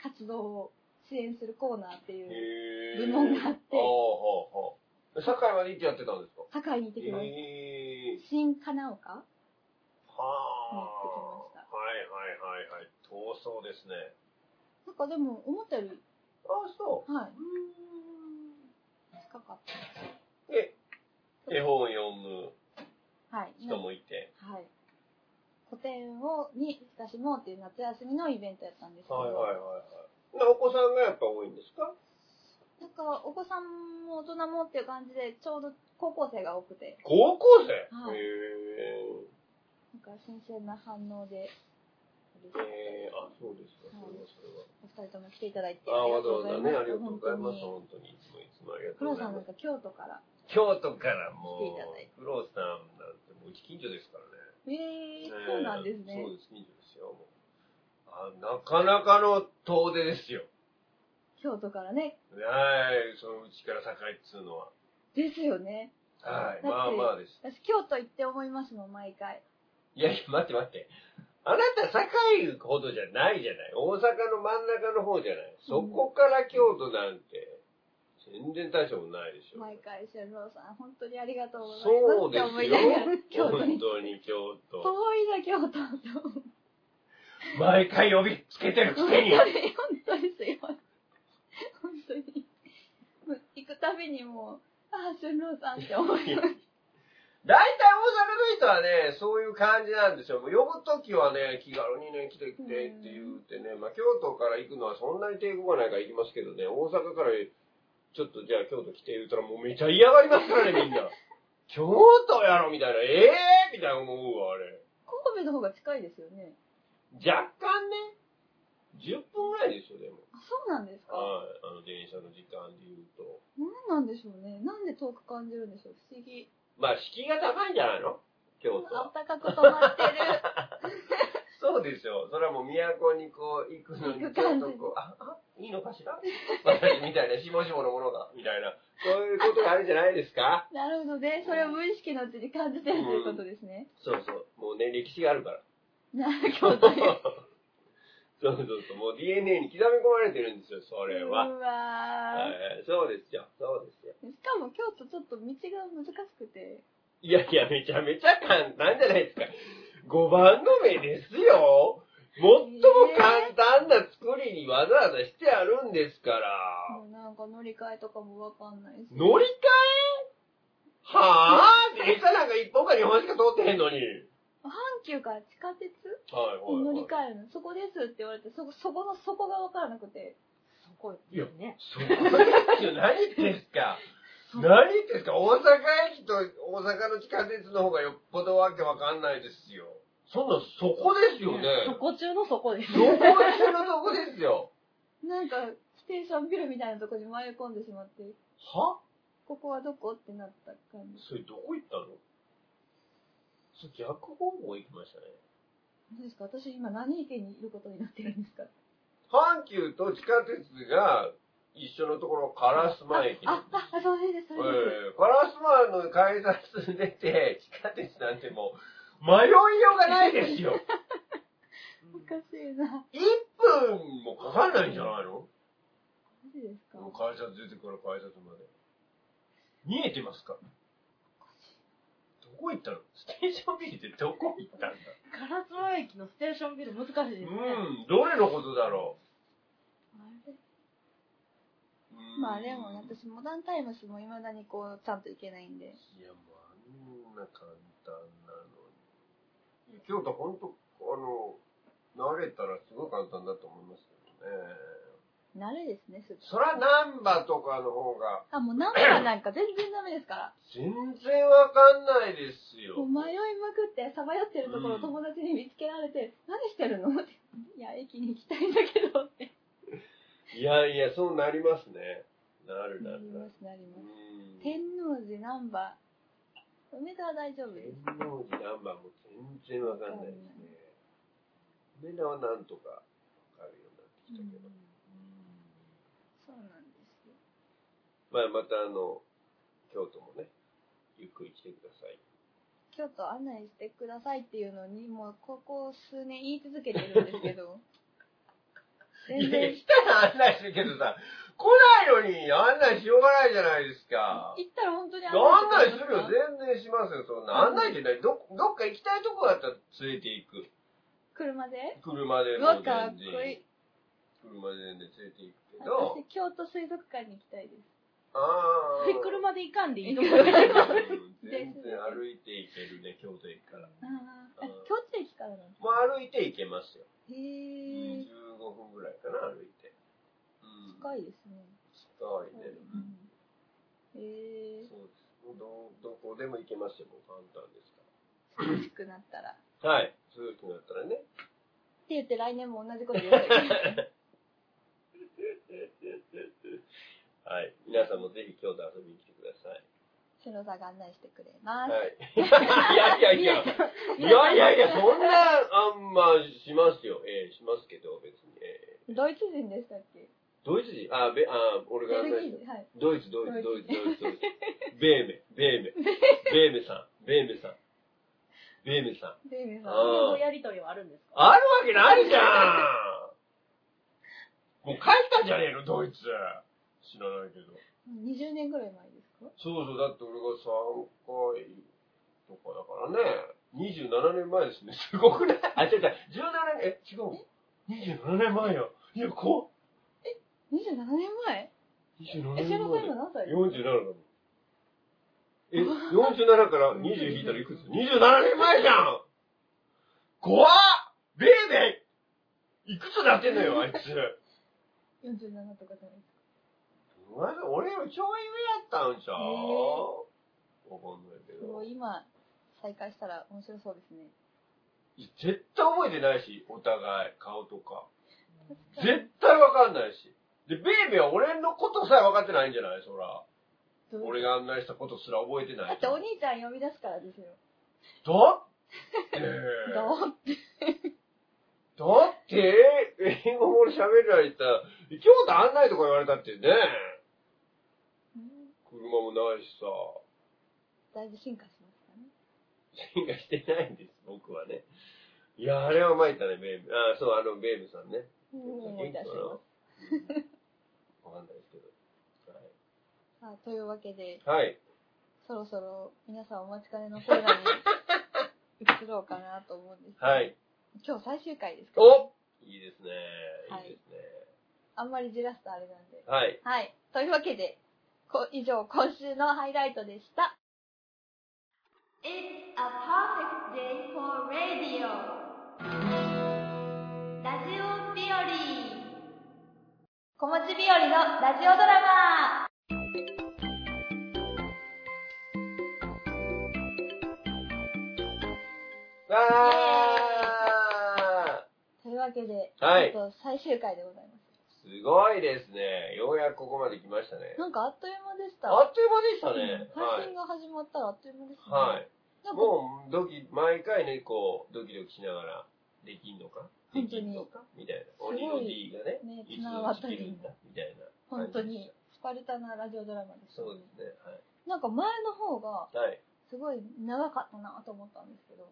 [SPEAKER 1] 活動を支援するコーナーっていう、
[SPEAKER 2] へ
[SPEAKER 1] 部門があって
[SPEAKER 2] ほうほうほう。堺まで行ってやってたんですか
[SPEAKER 1] 堺に行ってきまし
[SPEAKER 2] へえ
[SPEAKER 1] た。新金岡行ってきま
[SPEAKER 2] はあ。
[SPEAKER 1] し
[SPEAKER 2] はいはいはいはい。遠そうですね。
[SPEAKER 1] なんかでも、思ったより、
[SPEAKER 2] あ、そ
[SPEAKER 1] は
[SPEAKER 2] う。うん。
[SPEAKER 1] い、近かっ
[SPEAKER 2] で、絵本を読む
[SPEAKER 1] た。はい。
[SPEAKER 2] 人もいて。
[SPEAKER 1] はい。古典を、に、私もっていう夏休みのイベントやったんですけど、
[SPEAKER 2] いはい。でお子さんがやっぱ多いんですか
[SPEAKER 1] なんかお子さんも大人もっていう感じで、ちょうど高校生が多くて、
[SPEAKER 2] 高校生、
[SPEAKER 1] はい
[SPEAKER 2] へ
[SPEAKER 1] なんか新鮮な反応で、嬉し
[SPEAKER 2] え。
[SPEAKER 1] かった
[SPEAKER 2] え
[SPEAKER 1] で
[SPEAKER 2] ー、あ、そうですか。
[SPEAKER 1] はい
[SPEAKER 2] それはそれは。
[SPEAKER 1] すお二人とも来ていただいて、
[SPEAKER 2] あ、わざわざね、あ
[SPEAKER 1] あ
[SPEAKER 2] り
[SPEAKER 1] り
[SPEAKER 2] が
[SPEAKER 1] がとう
[SPEAKER 2] とうご
[SPEAKER 1] ござ
[SPEAKER 2] ざい
[SPEAKER 1] い
[SPEAKER 2] ま。
[SPEAKER 1] ますす。
[SPEAKER 2] 本当にいつもいつもありがとう
[SPEAKER 1] 黒
[SPEAKER 2] ござ
[SPEAKER 1] さ
[SPEAKER 2] い
[SPEAKER 1] んなん
[SPEAKER 2] ます。
[SPEAKER 1] か京都から、
[SPEAKER 2] 京都からも、
[SPEAKER 1] 来ていただいう
[SPEAKER 2] クロさんなんてもううち近所ですからね。
[SPEAKER 1] えー、そうなんですね
[SPEAKER 2] えー。そうです、近所ですよ。もうあなかなかの遠出ですよ。
[SPEAKER 1] 京都からね。
[SPEAKER 2] はい、そのうちから堺っつうのは。
[SPEAKER 1] ですよね。
[SPEAKER 2] はい、
[SPEAKER 1] だって
[SPEAKER 2] まあまあです。
[SPEAKER 1] 私、京都行って思いますもん、毎回。
[SPEAKER 2] いやいや、待って待って。あなた、堺ほどじゃないじゃない。大阪の真ん中の方じゃない。そこから京都なんて、全然大したことないでしょ。
[SPEAKER 1] 毎回、春郎さん、本当にありがとうござい
[SPEAKER 2] そ
[SPEAKER 1] ま
[SPEAKER 2] う
[SPEAKER 1] す。
[SPEAKER 2] です
[SPEAKER 1] って思いながら、
[SPEAKER 2] よ。
[SPEAKER 1] 京都
[SPEAKER 2] 本
[SPEAKER 1] に。
[SPEAKER 2] 当に京都。
[SPEAKER 1] 遠いな、京都と思って
[SPEAKER 2] 毎回呼びつけてるく
[SPEAKER 1] 本
[SPEAKER 2] せ
[SPEAKER 1] 当
[SPEAKER 2] に。
[SPEAKER 1] に、本当にすいません。本当に。もう行くたびにもう、ああ、春郎さんって思います。
[SPEAKER 2] 大体大阪の人はね、そういう感じなんですよ。もう呼ぶときはね、気軽にね、来て来てって言ってね、まあ京都から行くのはそんなに抵抗がないから行きますけどね、大阪からちょっとじゃあ京都来て言うたらもうめちゃ嫌がりますからね、みんな。京都やろみたいな、ええー、みたいな思うわ、あれ。
[SPEAKER 1] 神戸の方が近いですよね。
[SPEAKER 2] 若干ね、10分ぐらいですよ、でも。
[SPEAKER 1] あ、そうなんですか。
[SPEAKER 2] はい、あの電車の時間で言うと。
[SPEAKER 1] なんなんでしょうね。なんで遠く感じるんでしょう。不思議。
[SPEAKER 2] まあ、敷居が高いんじゃないの京都
[SPEAKER 1] あ
[SPEAKER 2] は。
[SPEAKER 1] ったかく止まってる。
[SPEAKER 2] そうでしょう。それはもう都にこう行くのに、
[SPEAKER 1] 行く
[SPEAKER 2] ちょっ
[SPEAKER 1] 感じ
[SPEAKER 2] とこう、あ、あ、いいのかしら 私みたいな、しもしものものが、みたいな。そういうことがあるんじゃないですか
[SPEAKER 1] なるほどね。それを無意識のうちに感じてるということですね。
[SPEAKER 2] そうそう。もうね、歴史があるから。
[SPEAKER 1] なる
[SPEAKER 2] そ
[SPEAKER 1] ほ
[SPEAKER 2] う
[SPEAKER 1] ど
[SPEAKER 2] そう
[SPEAKER 1] ね。
[SPEAKER 2] そう。もう DNA に刻み込まれてるんですよ、それは。
[SPEAKER 1] うわー
[SPEAKER 2] はいそうですよ、そうですよ。
[SPEAKER 1] しかも京都ちょっと道が難しくて。
[SPEAKER 2] いやいや、めちゃめちゃ簡単じゃないですか。5番の目ですよ。最も簡単な作りにわざわざしてあるんですから。
[SPEAKER 1] もうなんか乗り換えとかもわかんないし。
[SPEAKER 2] 乗り換えはぁ電車なんか一本か二本しか通ってへんのに。はい
[SPEAKER 1] 阪急から地下鉄に乗
[SPEAKER 2] はい、
[SPEAKER 1] り換えるの。そこですって言われて、そこ、そこの底がわからなくて。
[SPEAKER 3] すごいですね。
[SPEAKER 2] そこですよ。何言ってんすか何言ってんすか大阪駅と大阪の地下鉄の方がよっぽどわけわかんないですよ。そんな、そこですよね。
[SPEAKER 3] そこ中のそこです
[SPEAKER 2] そ。こ中のとこですよ。
[SPEAKER 1] なんか、ステーションビルみたいなとこに迷い込んでしまって、
[SPEAKER 2] は
[SPEAKER 1] ここはどこってなった感じ。
[SPEAKER 2] それどこ行ったのそれ逆方向行きましたね。
[SPEAKER 1] 何ですか私今何池にいることになってるんですか
[SPEAKER 2] 阪急と地下鉄が一緒のところ、烏丸駅
[SPEAKER 1] あ
[SPEAKER 2] なんです、
[SPEAKER 1] あ、あ、そうです、そうです。
[SPEAKER 2] えー、カラスマンの改札出て、地下鉄なんてもう、迷いようがないですよ。
[SPEAKER 1] おかしいな。
[SPEAKER 2] 1分もかかんないんじゃないの
[SPEAKER 1] マジですかおか
[SPEAKER 2] 改札出てから改札まで。見えてます
[SPEAKER 1] し
[SPEAKER 2] か
[SPEAKER 1] い
[SPEAKER 2] どこ行ったのステーションビルってどこ行ったんだ
[SPEAKER 3] カラスワ駅のステーションビル難しいです
[SPEAKER 2] う
[SPEAKER 3] ね。
[SPEAKER 2] ん、どれのことだろ
[SPEAKER 1] あれ
[SPEAKER 2] う。
[SPEAKER 1] まあでも
[SPEAKER 2] い
[SPEAKER 1] 私モダンタイムスも未だにこうちゃんと行けないんで。
[SPEAKER 2] や、もうあんな簡単なのに。京都ほんと、あの、慣れたらすごい簡単だと思いますけどね。
[SPEAKER 1] 慣れですね、す
[SPEAKER 2] そら難波とかの方が、
[SPEAKER 1] あ、もうナンバーなんか全然ダメですから。
[SPEAKER 2] 全然わかんないですよ。
[SPEAKER 1] もう迷いまくって、さまよってるところ
[SPEAKER 2] う
[SPEAKER 1] を
[SPEAKER 2] ん
[SPEAKER 1] 友達に見つけられて、何してるのって。いや、駅に行きたいんだけどって。
[SPEAKER 2] いやいや、そうなりますね。なるな
[SPEAKER 1] な
[SPEAKER 2] る
[SPEAKER 1] り
[SPEAKER 2] な
[SPEAKER 1] ま
[SPEAKER 2] る。
[SPEAKER 1] す、なります。
[SPEAKER 2] うん
[SPEAKER 1] 天王寺ナンバー。梅田は大丈夫です。
[SPEAKER 2] 天王寺ナンバーも全然わかんないですね。梅田はなんとかわかるようになってきたけど。
[SPEAKER 1] そうなんですよ。
[SPEAKER 2] まあ、またあの、京都もね、ゆっくり来てください。
[SPEAKER 1] 京都案内してくださいっていうのに、もうここ数年言い続けてるんですけ ど。全
[SPEAKER 2] いや
[SPEAKER 1] 然
[SPEAKER 2] 来たら案内するけどさ、来ないのに案内しようがないじゃないですか。
[SPEAKER 1] 行ったら本当に
[SPEAKER 2] 案内す
[SPEAKER 1] して
[SPEAKER 2] る
[SPEAKER 1] くれま
[SPEAKER 2] よ、
[SPEAKER 1] か
[SPEAKER 2] 全然しますよ、そんな。案内じゃない、どっどっか行きたいとこだったら連れて行く。
[SPEAKER 1] 車で
[SPEAKER 2] 車で
[SPEAKER 1] う
[SPEAKER 2] も
[SPEAKER 1] わ、
[SPEAKER 2] 全
[SPEAKER 1] かっ
[SPEAKER 2] 然
[SPEAKER 1] こいい。
[SPEAKER 2] 車で全然連れて行くけど
[SPEAKER 1] 私、京都水族館に行きたいです。
[SPEAKER 2] ああ
[SPEAKER 3] え車で行かんでいいと思う。
[SPEAKER 2] うん全然歩いて行けるね京都駅から
[SPEAKER 1] あ
[SPEAKER 2] あ
[SPEAKER 1] あ
[SPEAKER 2] ー
[SPEAKER 1] 京都駅からなの
[SPEAKER 2] もう歩いて行けますよ
[SPEAKER 1] へ
[SPEAKER 2] 15
[SPEAKER 1] え、
[SPEAKER 2] 分ぐらいかな歩いてうん
[SPEAKER 1] 近いですね。
[SPEAKER 2] 近いね
[SPEAKER 1] へえ、
[SPEAKER 2] そうですもうどどこでも行けますよもう簡単ですか
[SPEAKER 1] 涼しくなったら。っ
[SPEAKER 2] らはいそういう気になったらね
[SPEAKER 1] て言って来年も同じこと 言われて。
[SPEAKER 2] はい皆さんもぜひ京都遊びに来てください
[SPEAKER 1] シュノさんが案内してくれます。
[SPEAKER 2] はいいやいやいやいやいやいや、そんな、あんましますよ。えーしますけど、別に。え
[SPEAKER 1] ドイツ人でしたっけ
[SPEAKER 2] ードイツ人あ、べ、あ、俺
[SPEAKER 1] ベ
[SPEAKER 2] が
[SPEAKER 1] ルギー人。はい。
[SPEAKER 2] ドイツ、ドイツ、ド
[SPEAKER 1] ド
[SPEAKER 2] イ
[SPEAKER 1] イ
[SPEAKER 2] ツ、
[SPEAKER 1] ツ
[SPEAKER 2] ドイツ、ドイツ。ベーメ、ベーメ。ベーメさん、ベーメさん。ベーメさん。
[SPEAKER 1] ベルギーさん。
[SPEAKER 2] あ
[SPEAKER 3] そういうやりとりはあるんですか
[SPEAKER 2] あるわけないじゃんもう帰ったんじゃねえの、ドイツ。知らないけど。
[SPEAKER 1] 20年ぐらい前ですか
[SPEAKER 2] そうそう、だって俺が3回とかだからね。27年前ですね。 すごくないあ、違う違う。17年、え、違う。27年前よ。いや、こ
[SPEAKER 1] ?27 年前
[SPEAKER 2] う。27
[SPEAKER 1] え、シュノさ
[SPEAKER 2] 年
[SPEAKER 1] ん
[SPEAKER 2] 前
[SPEAKER 1] 今。何歳ですか
[SPEAKER 2] 47だもん。え、47から20引いたらいくつ ?27 年前じゃん怖っベーベーいくつなってん のよ、あいつ。
[SPEAKER 1] 47とかじゃないですか。
[SPEAKER 2] お前さ俺よりちょい上やったんちゃうわかんないけ
[SPEAKER 1] す
[SPEAKER 2] ど
[SPEAKER 1] ご。い、今、再開したら面白そうですね。
[SPEAKER 2] 絶対覚えてないし、お互い、顔とか。絶対わかんないし。で、ベーベーは俺のことさえ分かってないんじゃないそら。
[SPEAKER 1] どう
[SPEAKER 2] 俺が案内したことすら覚えてな
[SPEAKER 1] だ
[SPEAKER 2] い
[SPEAKER 1] って。お兄ちゃん呼び出すからですよ。
[SPEAKER 2] だって、
[SPEAKER 1] どう
[SPEAKER 2] だって、英語も俺喋られたら、京都案内とか言われたってね。車もないしさ。
[SPEAKER 1] だいぶ進化しましたね。
[SPEAKER 2] 進化してないんです、僕はね。いや、あれは参ったね、ベーブ。あ、そう、あの、ベーブさんね。
[SPEAKER 1] もう思い出しま
[SPEAKER 2] 元気かなわかんないですけど。
[SPEAKER 1] す。さあ、というわけで、
[SPEAKER 2] はい。はい。
[SPEAKER 1] そろそろ皆さんお待ちかねのコーナーに移ろうかなと思うんですけど
[SPEAKER 2] はい。
[SPEAKER 1] 今日最終回ですから、
[SPEAKER 2] おいいですね。
[SPEAKER 1] はい
[SPEAKER 2] いいですね。
[SPEAKER 1] あんまりじらすとあれなんで。
[SPEAKER 2] はい。
[SPEAKER 1] はい。というわけで、こ以上、今週のハイライトでした。
[SPEAKER 5] It's a perfect day for radio. ラジオ日和。
[SPEAKER 1] 小持ち日和のラジオドラマ
[SPEAKER 2] わー
[SPEAKER 1] というわけで、
[SPEAKER 2] は
[SPEAKER 1] えっ
[SPEAKER 2] い
[SPEAKER 1] と最終回でございます
[SPEAKER 2] ごいですね。ようやくここまで来ましたね
[SPEAKER 1] す。。なんかあっという間でした。
[SPEAKER 2] あっという間でしたね。は
[SPEAKER 1] 配信が
[SPEAKER 2] い。
[SPEAKER 1] 始まったらあっという間ですね。
[SPEAKER 2] はい。
[SPEAKER 1] なんか、
[SPEAKER 2] もう、ドキ、毎回ね、こう、ドキドキしながら、できんのかで
[SPEAKER 1] 本当
[SPEAKER 2] き
[SPEAKER 1] に
[SPEAKER 2] んのかみたいな。
[SPEAKER 1] ごい
[SPEAKER 2] 鬼の D がね、
[SPEAKER 1] ね
[SPEAKER 2] いつ
[SPEAKER 1] 綱渡り
[SPEAKER 2] できるんだみたいな。
[SPEAKER 1] 本当に。スパルタなラジオドラマでした
[SPEAKER 2] そう
[SPEAKER 1] ね
[SPEAKER 2] で。すね。
[SPEAKER 1] なんか前の方が、
[SPEAKER 2] はい。はい。
[SPEAKER 1] すごい長かったなと思ったんですけど、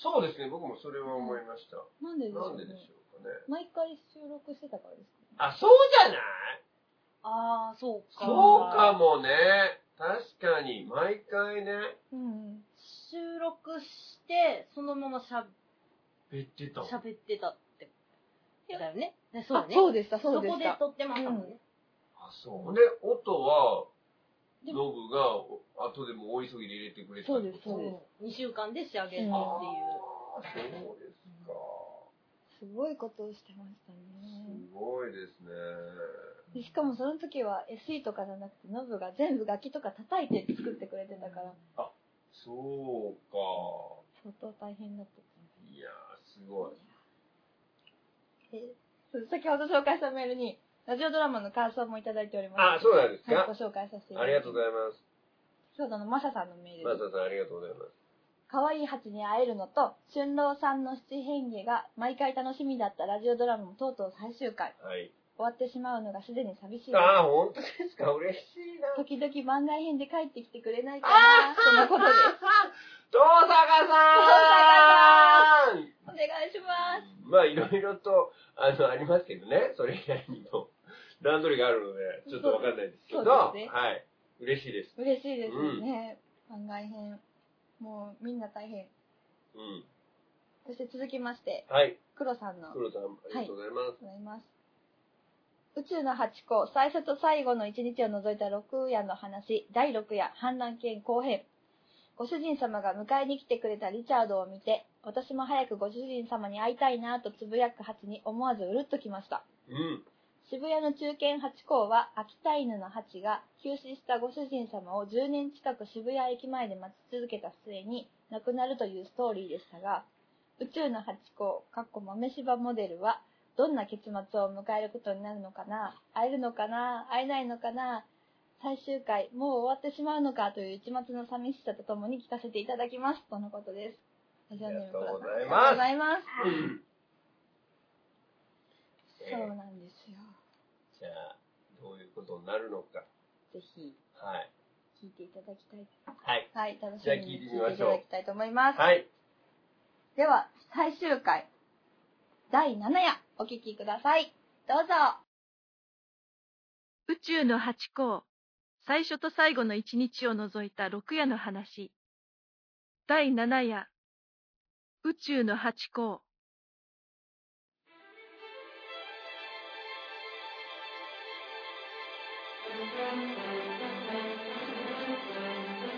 [SPEAKER 2] そうですね、僕もそれは思いました。
[SPEAKER 1] なんでです
[SPEAKER 2] な
[SPEAKER 1] か
[SPEAKER 2] んで
[SPEAKER 1] ね
[SPEAKER 2] でしょうかね。
[SPEAKER 1] 毎回収録してたからですかね。
[SPEAKER 2] あ、そうじゃない
[SPEAKER 3] ああ、そうか。
[SPEAKER 2] そうかもね。確かに、毎回ね。
[SPEAKER 1] うん。
[SPEAKER 3] 収録して、そのまましゃ
[SPEAKER 2] 言ってた。
[SPEAKER 3] 喋ってたって。だよね。ねそう
[SPEAKER 1] あ
[SPEAKER 3] だね。
[SPEAKER 1] そうでした、
[SPEAKER 3] そ
[SPEAKER 1] そうで
[SPEAKER 3] こ
[SPEAKER 1] し
[SPEAKER 3] で
[SPEAKER 1] た。
[SPEAKER 3] 撮ってましたもんね。
[SPEAKER 2] あ、そう。で、音は、
[SPEAKER 1] で
[SPEAKER 2] ノブが、お後でも大急ぎで入れてくれた
[SPEAKER 1] そうです、そうです。
[SPEAKER 3] そう。2週間で仕上げたっていう。
[SPEAKER 1] うん
[SPEAKER 2] ああ、そうですか。
[SPEAKER 1] すごいことをしてましたね。
[SPEAKER 2] すごいですね。
[SPEAKER 1] でしかもその時は SE とかじゃなくて、ノブが全部楽器とか叩いて作ってくれてたから、
[SPEAKER 2] そうか。
[SPEAKER 1] 相当大変だったと思
[SPEAKER 2] いやー、すごい。
[SPEAKER 1] います。で先ほど紹介したメールに、ラジオドラマの感想もいただいております。
[SPEAKER 2] あ、そうなんです
[SPEAKER 1] はい、ご
[SPEAKER 2] か。
[SPEAKER 1] 紹介させていた
[SPEAKER 2] あ
[SPEAKER 1] だきます。
[SPEAKER 2] りがとうございます。
[SPEAKER 1] 京都のマサさんのメールです。
[SPEAKER 2] マサさん、ありがとうございます。
[SPEAKER 1] 可愛い蜂に会えるのと、春郎さんの七変化が毎回楽しみだったラジオドラマもとうとう最終回。
[SPEAKER 2] はい。
[SPEAKER 1] 終わってしまうのがすでに寂しいです。
[SPEAKER 2] ああ、本当ですか。嬉しいな。
[SPEAKER 1] 時々番外編で帰ってきてくれないかな、その ことです。
[SPEAKER 2] 遠坂さん
[SPEAKER 1] お願いします。
[SPEAKER 2] まあ、いろいろと、あの、ありますけどね。それ以外にも、 段取りがあるので、ちょっとわかんないですけど、
[SPEAKER 1] そうですね
[SPEAKER 2] はい。嬉しいです。
[SPEAKER 1] 嬉しいですよね、番外編。もうみんな大変。
[SPEAKER 2] うん。
[SPEAKER 1] そして続きまして、
[SPEAKER 2] はい。
[SPEAKER 1] 黒さんの、
[SPEAKER 2] 黒田さん、ありがとうございます。
[SPEAKER 1] ございます。宇宙の八個、最初と最後の一日を除いた六夜の話、第六夜、反乱犬後編。ご主人様が迎えに来てくれたリチャードを見て、私も早くご主人様に会いたいなとつぶやく蜂に思わずうるっときました。
[SPEAKER 2] うん。
[SPEAKER 1] 渋谷の中堅八甲は秋田犬の蜂が急死したご主人様を10年近く渋谷駅前で待ち続けた末に亡くなるというストーリーでしたが宇宙の八甲かっこ豆柴モデルはどんな結末を迎えることになるのかな会えるのかな会えないのかな最終回もう終わってしまうのかという一末の寂しさとともに聞かせていただきますとのことですラジオネームコラさん
[SPEAKER 2] ありがとうござ
[SPEAKER 1] ありがとうございます
[SPEAKER 2] う
[SPEAKER 1] そ
[SPEAKER 2] ん
[SPEAKER 1] うなんですよ
[SPEAKER 2] じゃあ、どういうことになるのか。
[SPEAKER 1] ぜひ
[SPEAKER 2] はい。
[SPEAKER 1] 聞いていただきたい
[SPEAKER 2] はい。
[SPEAKER 1] はい、楽し
[SPEAKER 2] じゃあ
[SPEAKER 1] み
[SPEAKER 2] 聞い
[SPEAKER 1] に
[SPEAKER 2] て
[SPEAKER 1] 聞い
[SPEAKER 2] みま
[SPEAKER 1] てい
[SPEAKER 2] したょう
[SPEAKER 1] だきたいと思います。
[SPEAKER 2] はい。
[SPEAKER 1] では、最終回、第7夜、お聞きください。どうぞ。
[SPEAKER 6] 宇宙の八甲最初と最後の一日を除いた六夜の話第七夜宇宙の八甲
[SPEAKER 5] 宇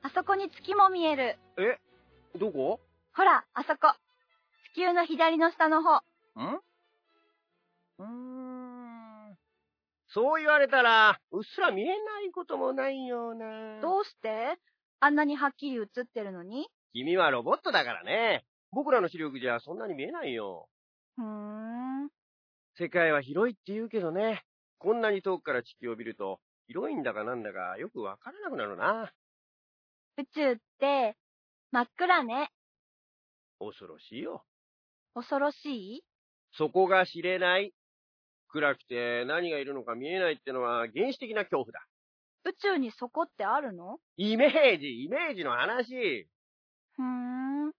[SPEAKER 1] あそこに月も見える。
[SPEAKER 2] えどこ
[SPEAKER 1] ほら、あそこ。地球の左の下の方。
[SPEAKER 2] んうーん。そう言われたら、うっすら見えないこともないような。
[SPEAKER 1] どうしてあんなにはっきり映ってるのに
[SPEAKER 2] 君はロボットだからね。僕らの視力じゃそんなに見えないよ。
[SPEAKER 1] ふーん。
[SPEAKER 2] 世界は広いって言うけどね。こんなに遠くから地球を見ると、広いんだかなんだかよくわからなくなるな。
[SPEAKER 1] 宇宙って、真っ暗ね。
[SPEAKER 2] 恐ろしいよ。
[SPEAKER 1] 恐ろしい
[SPEAKER 2] そこが知れない。暗くて何がいるのか見えないってのは原始的な恐怖だ。
[SPEAKER 1] 宇宙にそこってあるの
[SPEAKER 2] イメージ、イメージの話。
[SPEAKER 1] ふーん。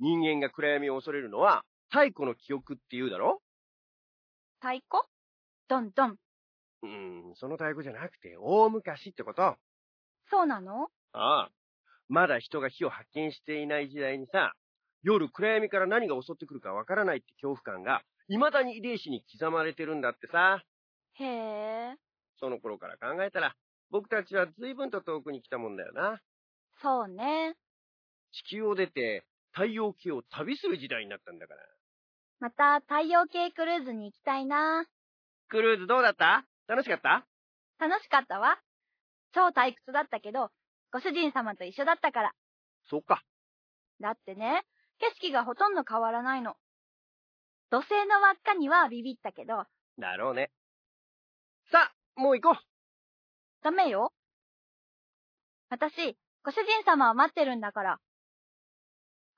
[SPEAKER 2] 人間が暗闇を恐れるのは、太古の記憶って言うだろ
[SPEAKER 1] 太鼓どんどん。
[SPEAKER 2] うん、その太鼓じゃなくて、大昔ってこと。あ
[SPEAKER 1] そうなの
[SPEAKER 2] あ。まだ人が火を発見していない時代にさ、夜暗闇から何が襲ってくるかわからないって恐怖感が、未だに遺伝子に刻まれてるんだってさ。
[SPEAKER 1] へえ。
[SPEAKER 2] その頃から考えたら、僕たちは随分と遠くに来たもんだよな。
[SPEAKER 1] そうね。
[SPEAKER 2] 地球を出て、太陽系を旅する時代になったんだから。
[SPEAKER 1] また太陽系クルーズに行きたいな。
[SPEAKER 2] クルーズどうだった楽しかった
[SPEAKER 1] 楽しかったわ。超退屈だったけど、ご主人様と一緒だったから。
[SPEAKER 2] そっか。
[SPEAKER 1] だってね、景色がほとんど変わらないの。土星の輪っかにはビビったけど、
[SPEAKER 2] だろうね。さあ、もう行こう。
[SPEAKER 1] ダメよ。私、ご主人様を待ってるんだから。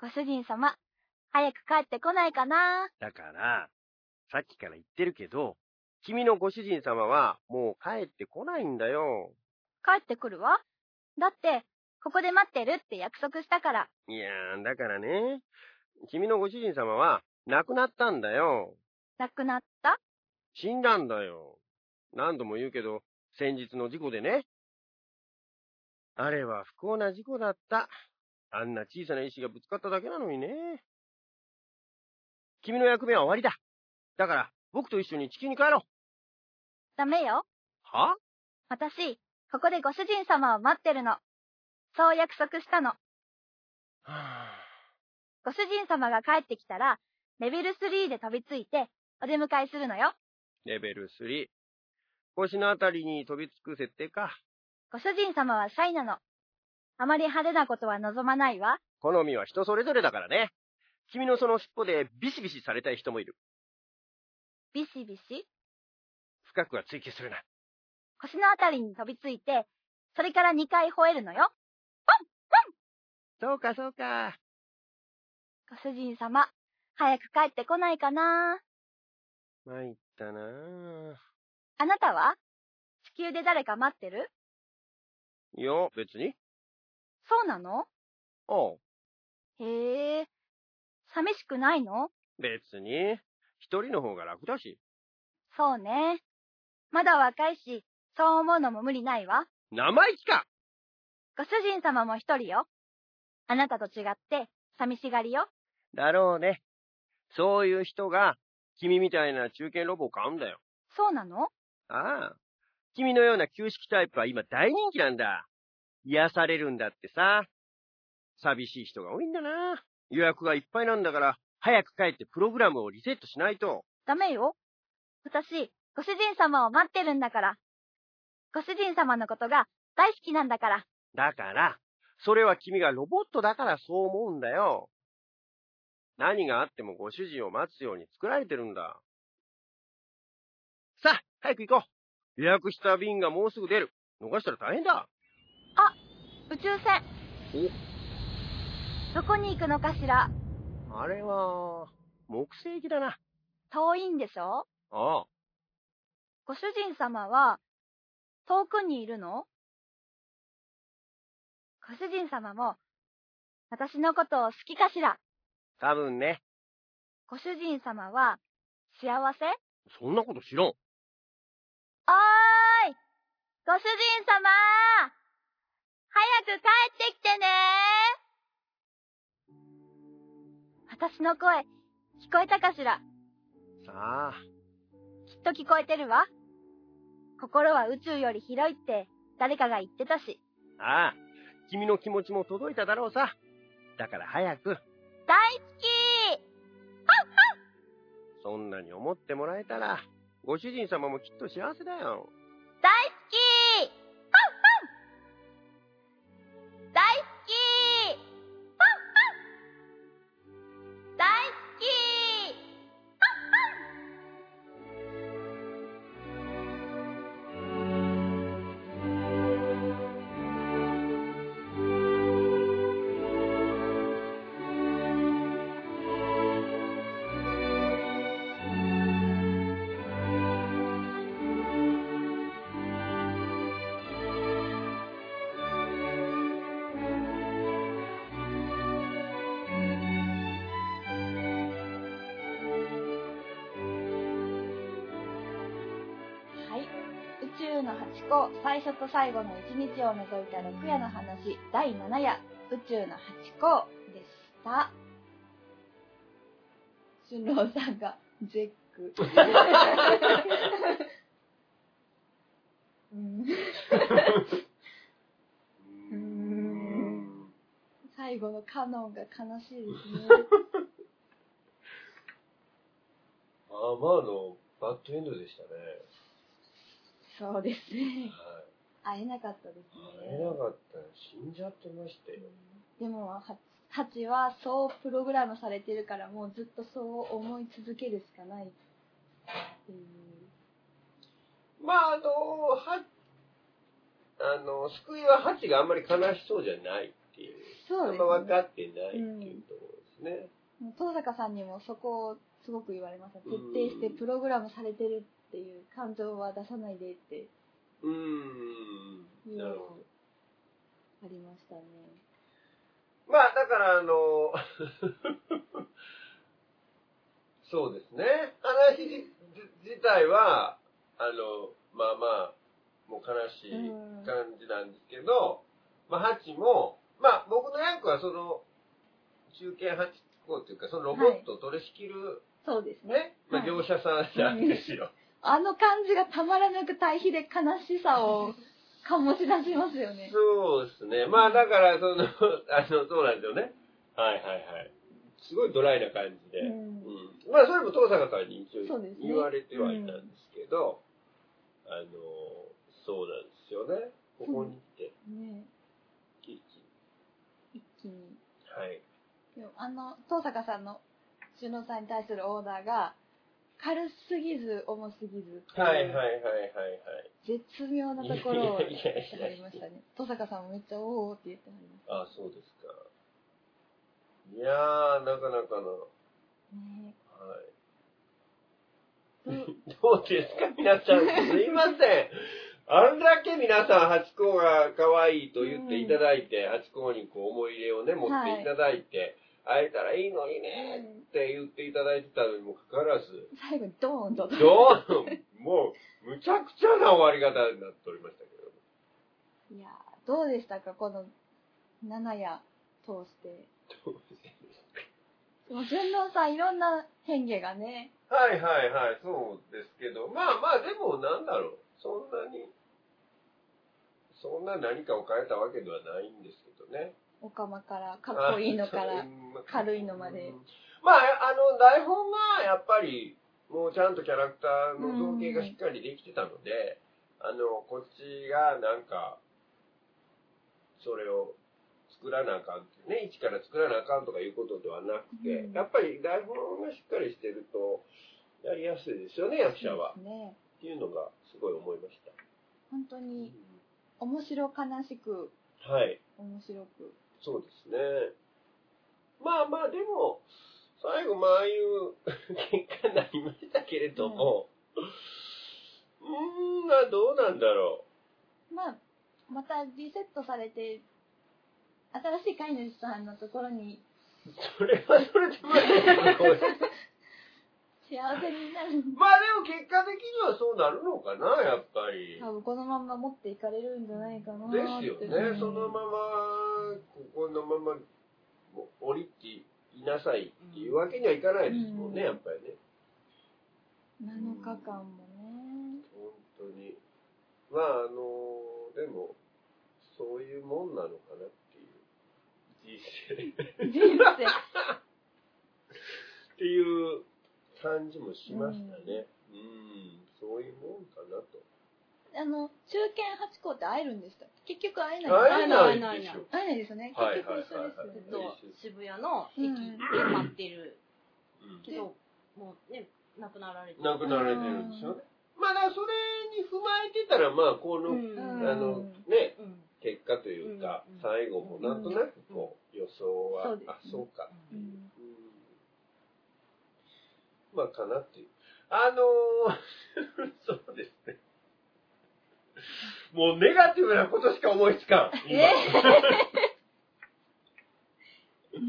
[SPEAKER 1] ご主人様、早く帰ってこないかな。
[SPEAKER 2] だから、さっきから言ってるけど、君のご主人様はもう帰ってこないんだよ。
[SPEAKER 1] 帰ってくるわ。だって、ここで待ってるって約束したから。
[SPEAKER 2] いやー、だからね、君のご主人様は亡くなったんだよ。
[SPEAKER 1] 亡くなった
[SPEAKER 2] 死んだんだよ。何度も言うけど、先日の事故でね。あれは不幸な事故だった。あんな小さな石がぶつかっただけなのにね。君の役目は終わりだ。だから、僕と一緒に地球に帰ろう。
[SPEAKER 1] ダメよ。
[SPEAKER 2] は
[SPEAKER 1] 私、ここでご主人様を待ってるの。そう約束したの。
[SPEAKER 2] はぁ
[SPEAKER 1] ご主人様が帰ってきたら、レベル3で飛びついて、お出迎えするのよ。
[SPEAKER 2] レベル3。腰のあたりに飛びつく設定か。
[SPEAKER 1] ご主人様はシャイなの。あまり派手なことは望まないわ。
[SPEAKER 2] 好みは人それぞれだからね。君のその尻尾でビシビシされたい人もいる。
[SPEAKER 1] ビシビシ。
[SPEAKER 2] 深くは追求するな。
[SPEAKER 1] 腰のあたりに飛びついて、それから2回吠えるのよ。
[SPEAKER 2] そうかそうか。
[SPEAKER 1] ご主人様、早く帰ってこないかな。
[SPEAKER 2] 参ったなぁ。
[SPEAKER 1] あなたは地球で誰か待ってる
[SPEAKER 2] いや、別に。
[SPEAKER 1] そうなの
[SPEAKER 2] ああ、
[SPEAKER 1] へえ。寂しくないの
[SPEAKER 2] 別に。一人の方が楽だし。
[SPEAKER 1] そうね。まだ若いし、そう思うのも無理ないわ。
[SPEAKER 2] 生意気か
[SPEAKER 1] ご主人様も一人よ。あなたと違って、寂しがりよ。
[SPEAKER 2] だろうね。そういう人が、君みたいな中堅ロボを買うんだよ。
[SPEAKER 1] そうなの
[SPEAKER 2] ああ。君のような旧式タイプは今大人気なんだ。癒されるんだってさ。寂しい人が多いんだな。予約がいっぱいなんだから、早く帰ってプログラムをリセットしないと。
[SPEAKER 1] ダメよ。私、ご主人様を待ってるんだから。ご主人様のことが大好きなんだから。
[SPEAKER 2] だから、それは君がロボットだからそう思うんだよ。何があってもご主人を待つように作られてるんだ。さあ、早く行こう。予約した便がもうすぐ出る。逃したら大変だ。
[SPEAKER 1] 宇宙船。どこに行くのかしら
[SPEAKER 2] あれは、木星行きだな。
[SPEAKER 1] 遠いんでしょ
[SPEAKER 2] ああ。
[SPEAKER 1] ご主人様は、遠くにいるのご主人様も、私のことを好きかしら
[SPEAKER 2] 多分ね。
[SPEAKER 1] ご主人様は、幸せ
[SPEAKER 2] そんなこと知らん。
[SPEAKER 1] おーいご主人様早く帰ってきてね私の声、聞こえたかしら
[SPEAKER 2] さあ、
[SPEAKER 1] きっと聞こえてるわ。心は宇宙より広いって誰かが言ってたし。
[SPEAKER 2] ああ、
[SPEAKER 7] 君の気持ちも届いただろうさ。だから早く、
[SPEAKER 8] 大好き
[SPEAKER 7] そんなに思ってもらえたら、ご主人様もきっと幸せだよ。
[SPEAKER 8] 大好きフンフン大好きフンフン大好き
[SPEAKER 1] はい。宇宙の八個、最初と最後の一日を除いた六夜の話、第7夜、宇宙の八個でした。春郎さんが、ゼック。うん
[SPEAKER 2] うーん
[SPEAKER 1] 最後のカノンが悲しいですね。
[SPEAKER 2] まあまあのバッドエンドでしたね。
[SPEAKER 1] そうですね。
[SPEAKER 2] はい。
[SPEAKER 1] 会えなかったです
[SPEAKER 2] 会え
[SPEAKER 1] ね
[SPEAKER 2] な。かったら死んじゃってましたよ。
[SPEAKER 1] でも、ハハチはそうプログラムされてるから、もうずっとそう思い続けるしかないっていう。
[SPEAKER 2] まああの、は、あの、救いはハチがあんまり悲しそうじゃないっていう。
[SPEAKER 1] そう
[SPEAKER 2] あ
[SPEAKER 1] で
[SPEAKER 2] んます分
[SPEAKER 1] ね。
[SPEAKER 2] かってないっていうところですね。
[SPEAKER 1] もう登坂さんにもそこをすごく言われました。徹底してプログラムされてるっていう感情は出さないでって
[SPEAKER 2] うー
[SPEAKER 1] いう
[SPEAKER 2] ん。な
[SPEAKER 1] の
[SPEAKER 2] る
[SPEAKER 1] が
[SPEAKER 2] ほど。
[SPEAKER 1] ありましたね。
[SPEAKER 2] まあだからあの、 そうですね。話自自体は、あの、まあまあ、もう悲しい。
[SPEAKER 1] うん。
[SPEAKER 2] 感じなんですけど、まあ、ハチも、まあ、僕の役はその、中堅ハチ公というか、そのロボットを取り仕切る、
[SPEAKER 1] そうですね。
[SPEAKER 2] ね、ま
[SPEAKER 1] はい
[SPEAKER 2] あ、業者さんなんですよ。
[SPEAKER 1] あの感じがたまらなく対比で悲しさを醸し出しますよね。
[SPEAKER 2] そうですね。まあ、だから、その、あ の、そうなんですよね。はいはいはい。すごいドライな感じで。
[SPEAKER 1] う
[SPEAKER 2] うん
[SPEAKER 1] ん。
[SPEAKER 2] まあ、それも登坂さんに一
[SPEAKER 1] そ
[SPEAKER 2] 応
[SPEAKER 1] うですね
[SPEAKER 2] 言われてはいたんですけど、あの、そうなんですよね。ここに来て、
[SPEAKER 1] ね
[SPEAKER 2] キッチ
[SPEAKER 1] 一気に。
[SPEAKER 2] ン。はい。
[SPEAKER 1] でもあの、登坂さんの首脳さんに対するオーダーが、軽すぎず、重すぎずって
[SPEAKER 2] はいはいはいいうはいはい。
[SPEAKER 1] 絶妙なところをやっ
[SPEAKER 2] いやい
[SPEAKER 1] て
[SPEAKER 2] やいや
[SPEAKER 1] はりましたね。登坂さんもめっちゃおーおーって言ってはりまし
[SPEAKER 2] あそうですか。いやー、なかなかな。
[SPEAKER 1] たね。
[SPEAKER 2] はい。どうですか、皆さん。すいません。あんだけ皆さん、ハチ公が可愛いと言っていただいて、ハチ公にこう思い入れをね、持っていただいて、会えたらいいのにねって言っていただいてたのにもかかわらず、
[SPEAKER 1] 最後にドーンと。
[SPEAKER 2] どうもう、むちゃくちゃな終わり方になっておりましたけど。
[SPEAKER 1] いやー、どうでしたかこの7夜通して。
[SPEAKER 2] どうですか
[SPEAKER 1] でも、順郎さんいろんな変化がね、
[SPEAKER 2] はいはいはい、そうですけど、まあまあ、でもなんだろう、そんなに、そんな何かを変えたわけではないんですけどね。
[SPEAKER 1] オカマから、かっこいいのか
[SPEAKER 2] う
[SPEAKER 1] ら、
[SPEAKER 2] ん
[SPEAKER 1] 軽いのまで。
[SPEAKER 2] まあ、あの、台本がやっぱり、もうちゃんとキャラクターの造形がしっかりできてたので、あの、こっちがなんか、それを作らなあかんっていうね、一から作らなあかんとかいうことではなくて、
[SPEAKER 1] うん
[SPEAKER 2] やっぱり台本がしっかりしてると、やりやすいですよね、役者は。
[SPEAKER 1] ね。
[SPEAKER 2] っていうのがすごい思いました。
[SPEAKER 1] 本当に、面白悲しく、
[SPEAKER 2] はい。
[SPEAKER 1] 面白く。
[SPEAKER 2] そうですね。まあまあ、でも、最後、まあああいう 結果になりましたけれども、うーん、まあどうなんだろ
[SPEAKER 1] まあ、またリセットされて、新しい飼い主さんのところに
[SPEAKER 2] う。それはそれで まあ、こう
[SPEAKER 1] 幸せになる。
[SPEAKER 2] まあでも結果的にはそうなるのかな、やっぱり。
[SPEAKER 1] 多分このまま持っていかれるんじゃないかなーっ
[SPEAKER 2] で
[SPEAKER 1] て
[SPEAKER 2] すよね、そのまま、ここのまま、もう降りていなさいっていうわけにはいかないですもんね、
[SPEAKER 1] うん
[SPEAKER 2] やっぱりね。
[SPEAKER 1] 7日間もね。
[SPEAKER 2] 本当に。まあ、あの、でも、そういいうもんなのかなっていう人生っ
[SPEAKER 1] 人 生。
[SPEAKER 2] ていう感じもしましたねうんそういうもんかなと
[SPEAKER 1] あの、中堅八校って会えるんでしたっけ結局会えない。
[SPEAKER 2] 会えないでしょ
[SPEAKER 1] 会えないですよね。
[SPEAKER 2] はい
[SPEAKER 1] 結局一緒
[SPEAKER 2] はいはい
[SPEAKER 3] ずっ
[SPEAKER 1] です
[SPEAKER 3] と
[SPEAKER 1] よね。
[SPEAKER 3] 渋谷の駅で待ってる
[SPEAKER 2] うん
[SPEAKER 3] けど、もうね、亡くなられて
[SPEAKER 2] 亡くなられてるんでしょまあだからそれに踏まえてたらまあこの、
[SPEAKER 3] うん
[SPEAKER 1] うん
[SPEAKER 2] あのね
[SPEAKER 3] うん
[SPEAKER 2] 結果というか、
[SPEAKER 3] うん
[SPEAKER 2] 最後もなんとなくこう予想は、
[SPEAKER 1] そうですね
[SPEAKER 2] あそうかっていうう、
[SPEAKER 1] ん
[SPEAKER 2] うんまあかなっていうあのー そうですねもうネガティブなことしか思いつかん今、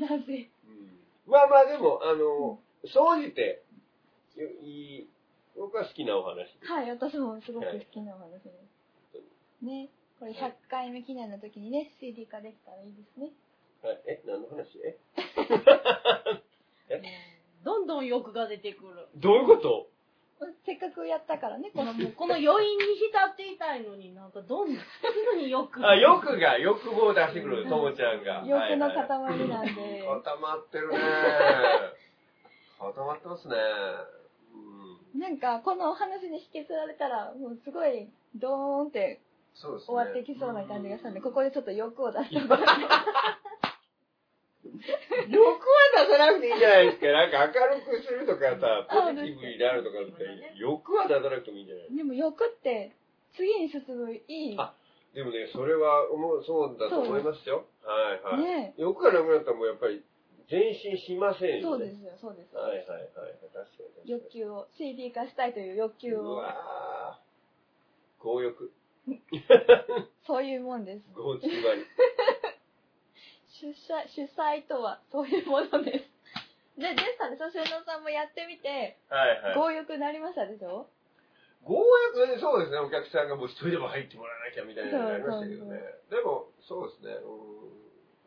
[SPEAKER 1] なぜ
[SPEAKER 2] うんまあまあでもあのー総じてよいい僕は好きなお話です
[SPEAKER 1] はい、私もすごく好きなお話です。ね、これ100回目記念の時にね、CD 化できたらいいですね。
[SPEAKER 2] はい、え何の話え
[SPEAKER 3] どんどん欲が出てくる。
[SPEAKER 2] どういうこと
[SPEAKER 1] せっかくやったからね、このもう
[SPEAKER 3] この余韻に浸っていたいのになんかどんどんどんどん欲が
[SPEAKER 2] あ、欲が、欲望を出してくる、ともちゃんが。
[SPEAKER 1] 欲の
[SPEAKER 2] はいはい
[SPEAKER 1] 塊なんで、
[SPEAKER 2] 固まってるね。固まってますね。うん。
[SPEAKER 1] なんかこのお話に引きずられたら、もうすごいドーンって
[SPEAKER 2] そうですね。
[SPEAKER 1] 終わっていきそうな感じがしたんで、ここでちょっと欲を出して
[SPEAKER 2] うん欲は出さなくていいんじゃないですか。なんか明るくするとかさ、ポジティブになるとかって
[SPEAKER 3] そうですね、
[SPEAKER 2] 欲は出さなくてもいいんじゃない
[SPEAKER 1] でも欲って次に進むいい、
[SPEAKER 2] あでもね、それは思う、そうだと思いますよ。はいはい。
[SPEAKER 1] ね
[SPEAKER 2] 欲がなくなったらもうやっぱり、前進しません
[SPEAKER 1] そ
[SPEAKER 2] よ
[SPEAKER 1] う
[SPEAKER 2] ね。
[SPEAKER 1] ですよ、そうです。
[SPEAKER 2] はいはいはい。確かに確かに。
[SPEAKER 1] 欲求を、CD 化したいという欲求
[SPEAKER 2] う
[SPEAKER 1] を、
[SPEAKER 2] わぁ。強欲。
[SPEAKER 1] そういうもんです。
[SPEAKER 2] 強つまり。
[SPEAKER 1] 主催、主催とはそういうも のです。で、デッサンでしょ修能さんもやってみて、
[SPEAKER 2] はいはい。
[SPEAKER 1] 強欲になりましたでしょ
[SPEAKER 2] 強欲ね、そうですね、お客さんがもう一人でも入ってもらわなきゃみたいなのがありましたけどね。でも、そうですね、う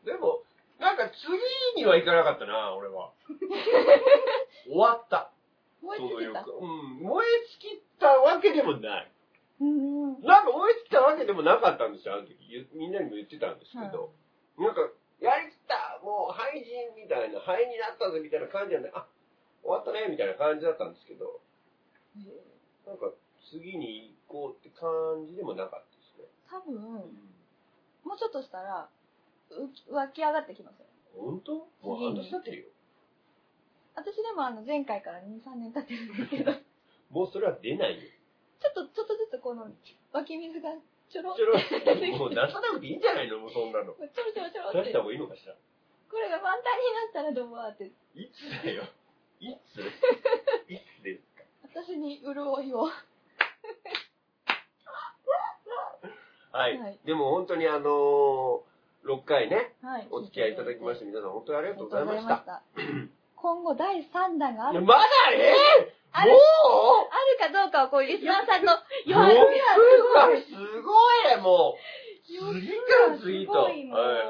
[SPEAKER 2] ん。でも、なんか次にはいかなかったな、俺 は。終わった。
[SPEAKER 1] 燃え
[SPEAKER 2] そうい
[SPEAKER 1] 尽き
[SPEAKER 2] う
[SPEAKER 1] た
[SPEAKER 2] か。。うん。燃え尽きたわけでもない。
[SPEAKER 1] うんうん。
[SPEAKER 2] なんか燃え尽きたわけでもなかったんですよ、あの時。ゆみんなにも言ってたんですけど。なんか、やりきったもう廃人みたいな、廃になったぜみたいな感じじゃない。あ、終わったねみたいな感じだったんですけど。なんか、次に行こうって感じでもなかったですね。
[SPEAKER 1] 多分、もうちょっとしたら、う湧き上がってきますよ。
[SPEAKER 2] 本当もう半年経ってるよ。
[SPEAKER 1] 私でもあの前回から2、3年経ってるんですけど、ち
[SPEAKER 2] もうそれは出 ないよ。
[SPEAKER 1] ょっと、ちょっとずつこの湧き水がちょろ、
[SPEAKER 2] ち
[SPEAKER 1] ち
[SPEAKER 2] ょ
[SPEAKER 1] ょ
[SPEAKER 2] ろ
[SPEAKER 1] ろ
[SPEAKER 2] もう出さなくていいんじゃないのもうそんなの。
[SPEAKER 1] ちょろちょろっ
[SPEAKER 2] 出してた、方がいいのかしら。
[SPEAKER 1] これが満タンになったらどうわって、
[SPEAKER 2] いつだよ。いついつで
[SPEAKER 1] 私に潤いを。
[SPEAKER 2] はい、
[SPEAKER 1] はい
[SPEAKER 2] でも本当にあのー、6回ね、
[SPEAKER 1] はい。
[SPEAKER 2] お付き合いいただきましてて、皆さん本当にあり
[SPEAKER 1] あ
[SPEAKER 2] がとうございました。
[SPEAKER 1] た。今後第3弾があ
[SPEAKER 2] いや
[SPEAKER 1] る
[SPEAKER 2] まだえ
[SPEAKER 1] あ
[SPEAKER 2] ー、
[SPEAKER 1] る
[SPEAKER 2] もう
[SPEAKER 1] あるかどうかはこう、リスナーさんの
[SPEAKER 2] 4
[SPEAKER 1] 欲がすごい。
[SPEAKER 2] すごいもう次から次と。
[SPEAKER 3] 欲がすご
[SPEAKER 2] はい
[SPEAKER 3] いもう
[SPEAKER 2] はいはい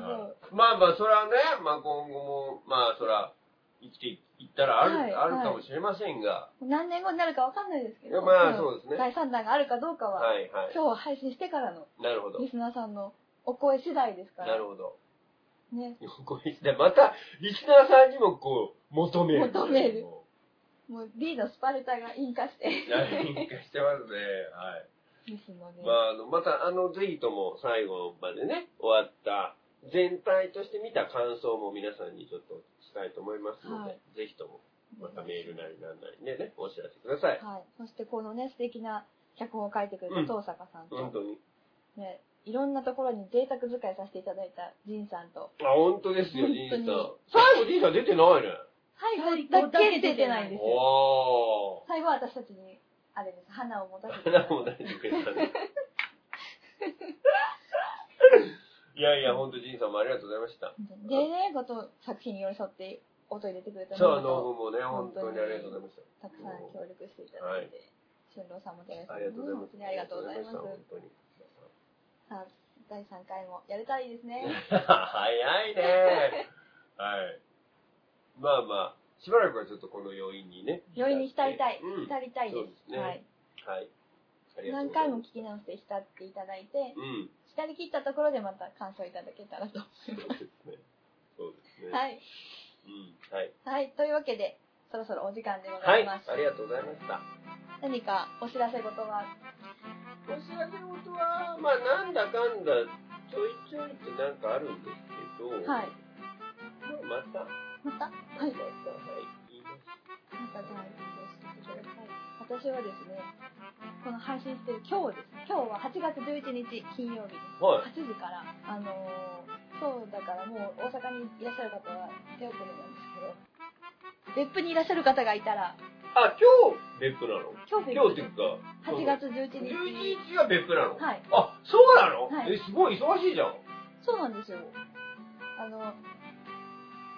[SPEAKER 2] はい。まあまあ、そらね、まあ今後も、まあそら、生きていったらある、
[SPEAKER 1] はい
[SPEAKER 2] あるかもしれませんが、
[SPEAKER 1] 何年後になるかわかんないですけ
[SPEAKER 2] いや
[SPEAKER 1] ど。
[SPEAKER 2] まあそうですね
[SPEAKER 1] 第3弾があるかどうかは、
[SPEAKER 2] はいは
[SPEAKER 1] 今日配信してからの
[SPEAKER 2] い。なるほど。
[SPEAKER 1] リスナーさんのお声次第ですから。
[SPEAKER 2] なるほど。
[SPEAKER 1] ね。
[SPEAKER 2] こいつで、また、リスナーさんにもこう、求める。
[SPEAKER 1] 求めるもう D のスパルタが引火して。
[SPEAKER 2] 何かしてますね。はい。
[SPEAKER 1] ですので。
[SPEAKER 2] まあ、あの、また、あの、ぜひとも最後までね、終わった、全体として見た感想も皆さんにちょっとしたいと思いますので、
[SPEAKER 1] は
[SPEAKER 2] ぜひとも、またメールなりなんなりでね、お知らせください。
[SPEAKER 1] はい。そしてこのね、素敵な脚本を書いてくれた登坂さん
[SPEAKER 2] 本
[SPEAKER 1] と、
[SPEAKER 2] 当に。
[SPEAKER 1] ね、いろんなところに贅沢使いさせていただいた仁さんと、
[SPEAKER 2] あ、本当ですよ、
[SPEAKER 1] 本
[SPEAKER 2] ジ
[SPEAKER 1] 当
[SPEAKER 2] ン
[SPEAKER 1] に
[SPEAKER 2] さん。最後、ジンさん出てないね。
[SPEAKER 1] 最後だけ出てないんですよ。
[SPEAKER 2] お
[SPEAKER 1] 最後は私たちに、あれです、花を持たせ
[SPEAKER 2] ー。
[SPEAKER 1] ていただ
[SPEAKER 2] 花
[SPEAKER 1] いて
[SPEAKER 2] も出してくれたね。いやいや、本当ジンさんもありがとうございました。
[SPEAKER 1] でね、こと作品に寄り添って音入れてくれた
[SPEAKER 2] そう、
[SPEAKER 1] の
[SPEAKER 2] あの
[SPEAKER 1] と、
[SPEAKER 2] もね、本当にありがとうございました。
[SPEAKER 1] たくさん協力していただいて、俊郎さんも寺井さ
[SPEAKER 2] あ
[SPEAKER 1] ん
[SPEAKER 2] りがとうござい
[SPEAKER 1] も本当。
[SPEAKER 2] ます
[SPEAKER 1] にありがとうございます。
[SPEAKER 2] 本当に。
[SPEAKER 1] さあ、第3回もやれたらいいですね。
[SPEAKER 2] 早いね。はい。まあまあ、しばらくはちょっとこの余韻にね。
[SPEAKER 1] 余韻に浸りたい、
[SPEAKER 2] うん
[SPEAKER 1] 浸りたいで
[SPEAKER 2] そうです
[SPEAKER 1] す。
[SPEAKER 2] ね
[SPEAKER 1] はい。
[SPEAKER 2] はい。ありがとう
[SPEAKER 1] 何
[SPEAKER 2] ござい
[SPEAKER 1] 回
[SPEAKER 2] ま
[SPEAKER 1] も
[SPEAKER 2] す
[SPEAKER 1] 聞き直して浸っていただいて、
[SPEAKER 2] うん。
[SPEAKER 1] 浸り切ったところでまた感想いただけたらと思いま
[SPEAKER 2] そうですね。そうです
[SPEAKER 1] す。
[SPEAKER 2] ね。
[SPEAKER 1] はい。
[SPEAKER 2] うん。はい。
[SPEAKER 1] はい。というわけで、そろそろお時間でござ
[SPEAKER 2] はいい。
[SPEAKER 1] ます。
[SPEAKER 2] ありがとうございました。
[SPEAKER 1] 何かお知らせ事は
[SPEAKER 2] お知らせ事は、まあ、なんだかんだ、ちょいちょいってなんかあるんですけど、
[SPEAKER 1] はい。
[SPEAKER 2] まあ
[SPEAKER 1] ま
[SPEAKER 2] また、
[SPEAKER 1] た
[SPEAKER 2] また、は
[SPEAKER 1] はい
[SPEAKER 2] い。、言います
[SPEAKER 1] またじゃあ、そうしてください。私はですね、この配信してる今日ですね、今日は8月11日金曜日です。
[SPEAKER 2] はい。
[SPEAKER 1] 8時から、あのー、今日だからもう大阪にいらっしゃる方は手遅れなんですけど、別府にいらっしゃる方がいたら、
[SPEAKER 2] あ、今日、別府なの
[SPEAKER 1] 今日別
[SPEAKER 2] 今日
[SPEAKER 1] 府
[SPEAKER 2] っ
[SPEAKER 1] で
[SPEAKER 2] てい
[SPEAKER 1] す
[SPEAKER 2] うか、
[SPEAKER 1] 8月11日。
[SPEAKER 2] 11日が別府なの、
[SPEAKER 1] はい。
[SPEAKER 2] あ、そうなの、
[SPEAKER 1] はい
[SPEAKER 2] え、すごい忙しいじゃん。
[SPEAKER 1] そうなんですよ。あの、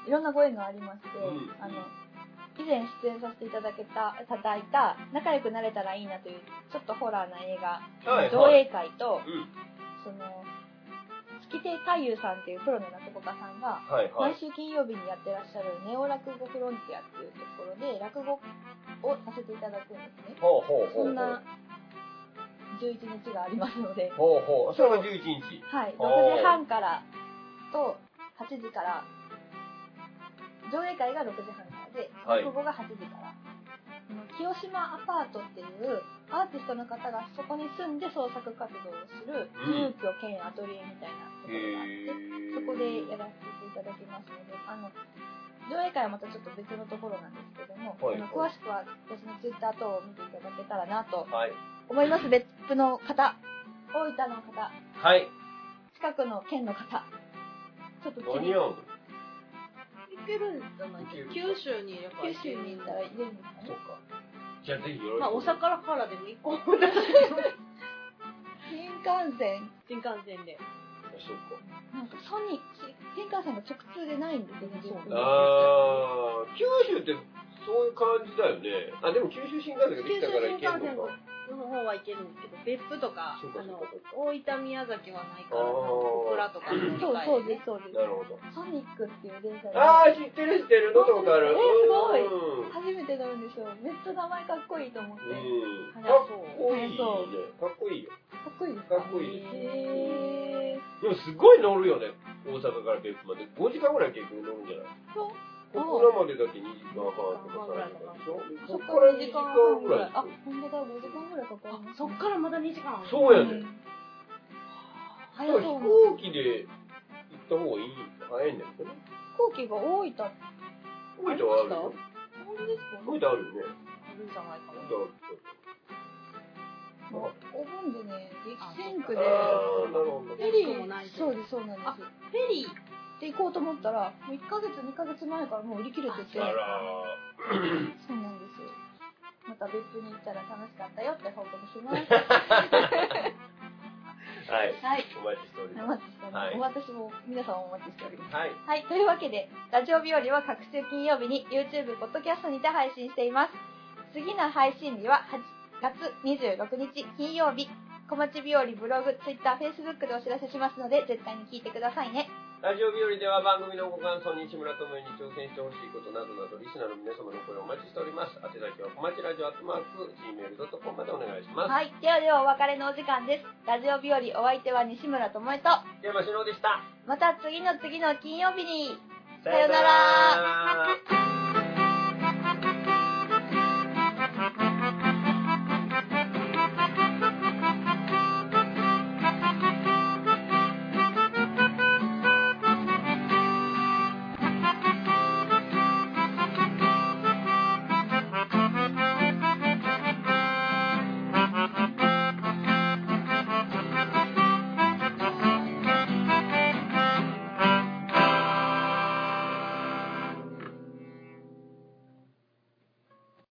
[SPEAKER 1] いろんなご縁がありまして、
[SPEAKER 2] うん
[SPEAKER 1] あの、以前出演させていただけた、いただいた、仲良くなれたらいいなという、ちょっとホラーな映画、
[SPEAKER 2] はい、
[SPEAKER 1] 上
[SPEAKER 2] はい。
[SPEAKER 1] 映会と、
[SPEAKER 2] うん。
[SPEAKER 1] その、月亭太夫さんっていうプロの落語家さんが、
[SPEAKER 2] はい、は
[SPEAKER 1] 毎
[SPEAKER 2] い。
[SPEAKER 1] 週金曜日にやってらっしゃるネオ落語フロンティアっていうところで落語をさせていただくんですね。
[SPEAKER 2] ほうほうほ
[SPEAKER 1] そ
[SPEAKER 2] う。
[SPEAKER 1] んな11日がありますので、
[SPEAKER 2] ほうほう。それが11日。
[SPEAKER 1] はい、
[SPEAKER 2] おー
[SPEAKER 1] 6時半からと8時から上映会が6時半からで
[SPEAKER 2] はい
[SPEAKER 1] 落語が8時から、あの清島アパートっていうアーティストの方がそこに住んで創作活動をする住居兼アトリエみたいなところがあって、そこでやらせていただきますので、あの、上映会はまたちょっと別のところなんですけども、
[SPEAKER 2] はい
[SPEAKER 1] あの詳しくは私のツイッター等を見ていただけたらなと
[SPEAKER 2] はい。
[SPEAKER 1] 思います。別府の方、大分の方、
[SPEAKER 2] はい。
[SPEAKER 1] 近くの県の方、ちょっと
[SPEAKER 2] 間
[SPEAKER 1] 地
[SPEAKER 2] に
[SPEAKER 1] 理
[SPEAKER 2] 合うの
[SPEAKER 3] いけるんじゃないですか九州にやっぱ
[SPEAKER 1] 九州に行ったら入れるんですかね
[SPEAKER 2] そっ。か。じゃあぜひよろしく。
[SPEAKER 3] まあお魚からでも行こう
[SPEAKER 1] 新幹線、
[SPEAKER 3] 新幹線で
[SPEAKER 2] あそっか。
[SPEAKER 1] なんかソニー、し新幹線が直通でないんですよね、
[SPEAKER 3] そう
[SPEAKER 1] 別府
[SPEAKER 2] あー、九州ってそういう感じだよね。あ、でも九州新幹線ができたから行け
[SPEAKER 3] 九州新
[SPEAKER 2] る
[SPEAKER 3] 幹線
[SPEAKER 2] の
[SPEAKER 3] が
[SPEAKER 2] か。
[SPEAKER 3] の方は行けるんですけど別府とか
[SPEAKER 2] そうか
[SPEAKER 3] あの
[SPEAKER 2] そうか
[SPEAKER 3] 大分宮崎はないから
[SPEAKER 2] あー
[SPEAKER 3] 小倉とかの
[SPEAKER 1] そうそうですす、そうです
[SPEAKER 2] な。るほど。
[SPEAKER 1] ソニックっていう電車
[SPEAKER 2] あー、知ってる知ってる。乗ったことある。
[SPEAKER 1] えーすごい
[SPEAKER 2] うん
[SPEAKER 1] 初めて乗るんですよ。めっちゃ名前かっこいいと思って。
[SPEAKER 2] うん。かっ
[SPEAKER 3] 早そう
[SPEAKER 2] こいいね。
[SPEAKER 1] 早
[SPEAKER 2] かっこいいよ。
[SPEAKER 1] かっこいいです
[SPEAKER 2] か
[SPEAKER 1] か
[SPEAKER 2] っこいい。
[SPEAKER 1] へー
[SPEAKER 2] でもすごい乗るよね。大阪から別府まで。5時間ぐらい結局乗るんじゃない
[SPEAKER 1] そう
[SPEAKER 2] ここらまでだって2時間半とか3時間でしょでそこから2時間ぐらい
[SPEAKER 1] あ、ほんとだ、5時間ぐらいかかり
[SPEAKER 3] あ
[SPEAKER 1] ますね。
[SPEAKER 3] そっからまだ2時間
[SPEAKER 2] そうや
[SPEAKER 1] う
[SPEAKER 2] ね
[SPEAKER 1] ん。
[SPEAKER 2] 飛
[SPEAKER 1] 早そうなんだ
[SPEAKER 2] 行機で行った方がいい早いんだけどね。
[SPEAKER 1] 飛行機が大分。
[SPEAKER 2] 大分はある
[SPEAKER 1] あ
[SPEAKER 2] よ。
[SPEAKER 1] 本当ですか
[SPEAKER 2] 大分あるよね。
[SPEAKER 3] あるんじゃないか
[SPEAKER 2] 大
[SPEAKER 3] な
[SPEAKER 2] 分ある。
[SPEAKER 1] お盆でね、激戦区で、
[SPEAKER 2] あー、なるほど。
[SPEAKER 1] フェリ
[SPEAKER 3] もない
[SPEAKER 1] ー、
[SPEAKER 3] し
[SPEAKER 1] そうです、そうなんです。
[SPEAKER 3] フェリー
[SPEAKER 1] で、行こうと思ったら、もう1ヶ月、2ヶ月前からもう売り切れてて、
[SPEAKER 2] あら
[SPEAKER 1] そうなんですよ。また別府に行ったら楽しかったよって報告し ます。
[SPEAKER 2] ー。はい。
[SPEAKER 1] はい。
[SPEAKER 2] お待ちしており
[SPEAKER 1] お
[SPEAKER 2] ます。
[SPEAKER 1] 待ちしており
[SPEAKER 2] はい
[SPEAKER 1] ます。私も、皆さんもお待ちしております。
[SPEAKER 2] はい。
[SPEAKER 1] はい、というわけで、ラジオ日和は各週金曜日に YouTube、ポッドキャストにて配信しています。次の配信日は8月26日金曜日。小町日和ブログ、Twitter、Facebook でお知らせしますので、絶対に聞いてくださいね。
[SPEAKER 2] ラジオ日和では番組のご感想、西村智也に挑戦してほしいことなどなど、リスナーの皆様の声をお待ちしております。宛先は、小町ラジオアットマーク、gmail.com までお願いします。
[SPEAKER 1] はい、ではではお別れのお時間です。ラジオ日和お相手は西村智恵と、
[SPEAKER 2] 山城でした。
[SPEAKER 1] また次の次の金曜日に。
[SPEAKER 2] さ
[SPEAKER 1] よなら
[SPEAKER 2] よなら。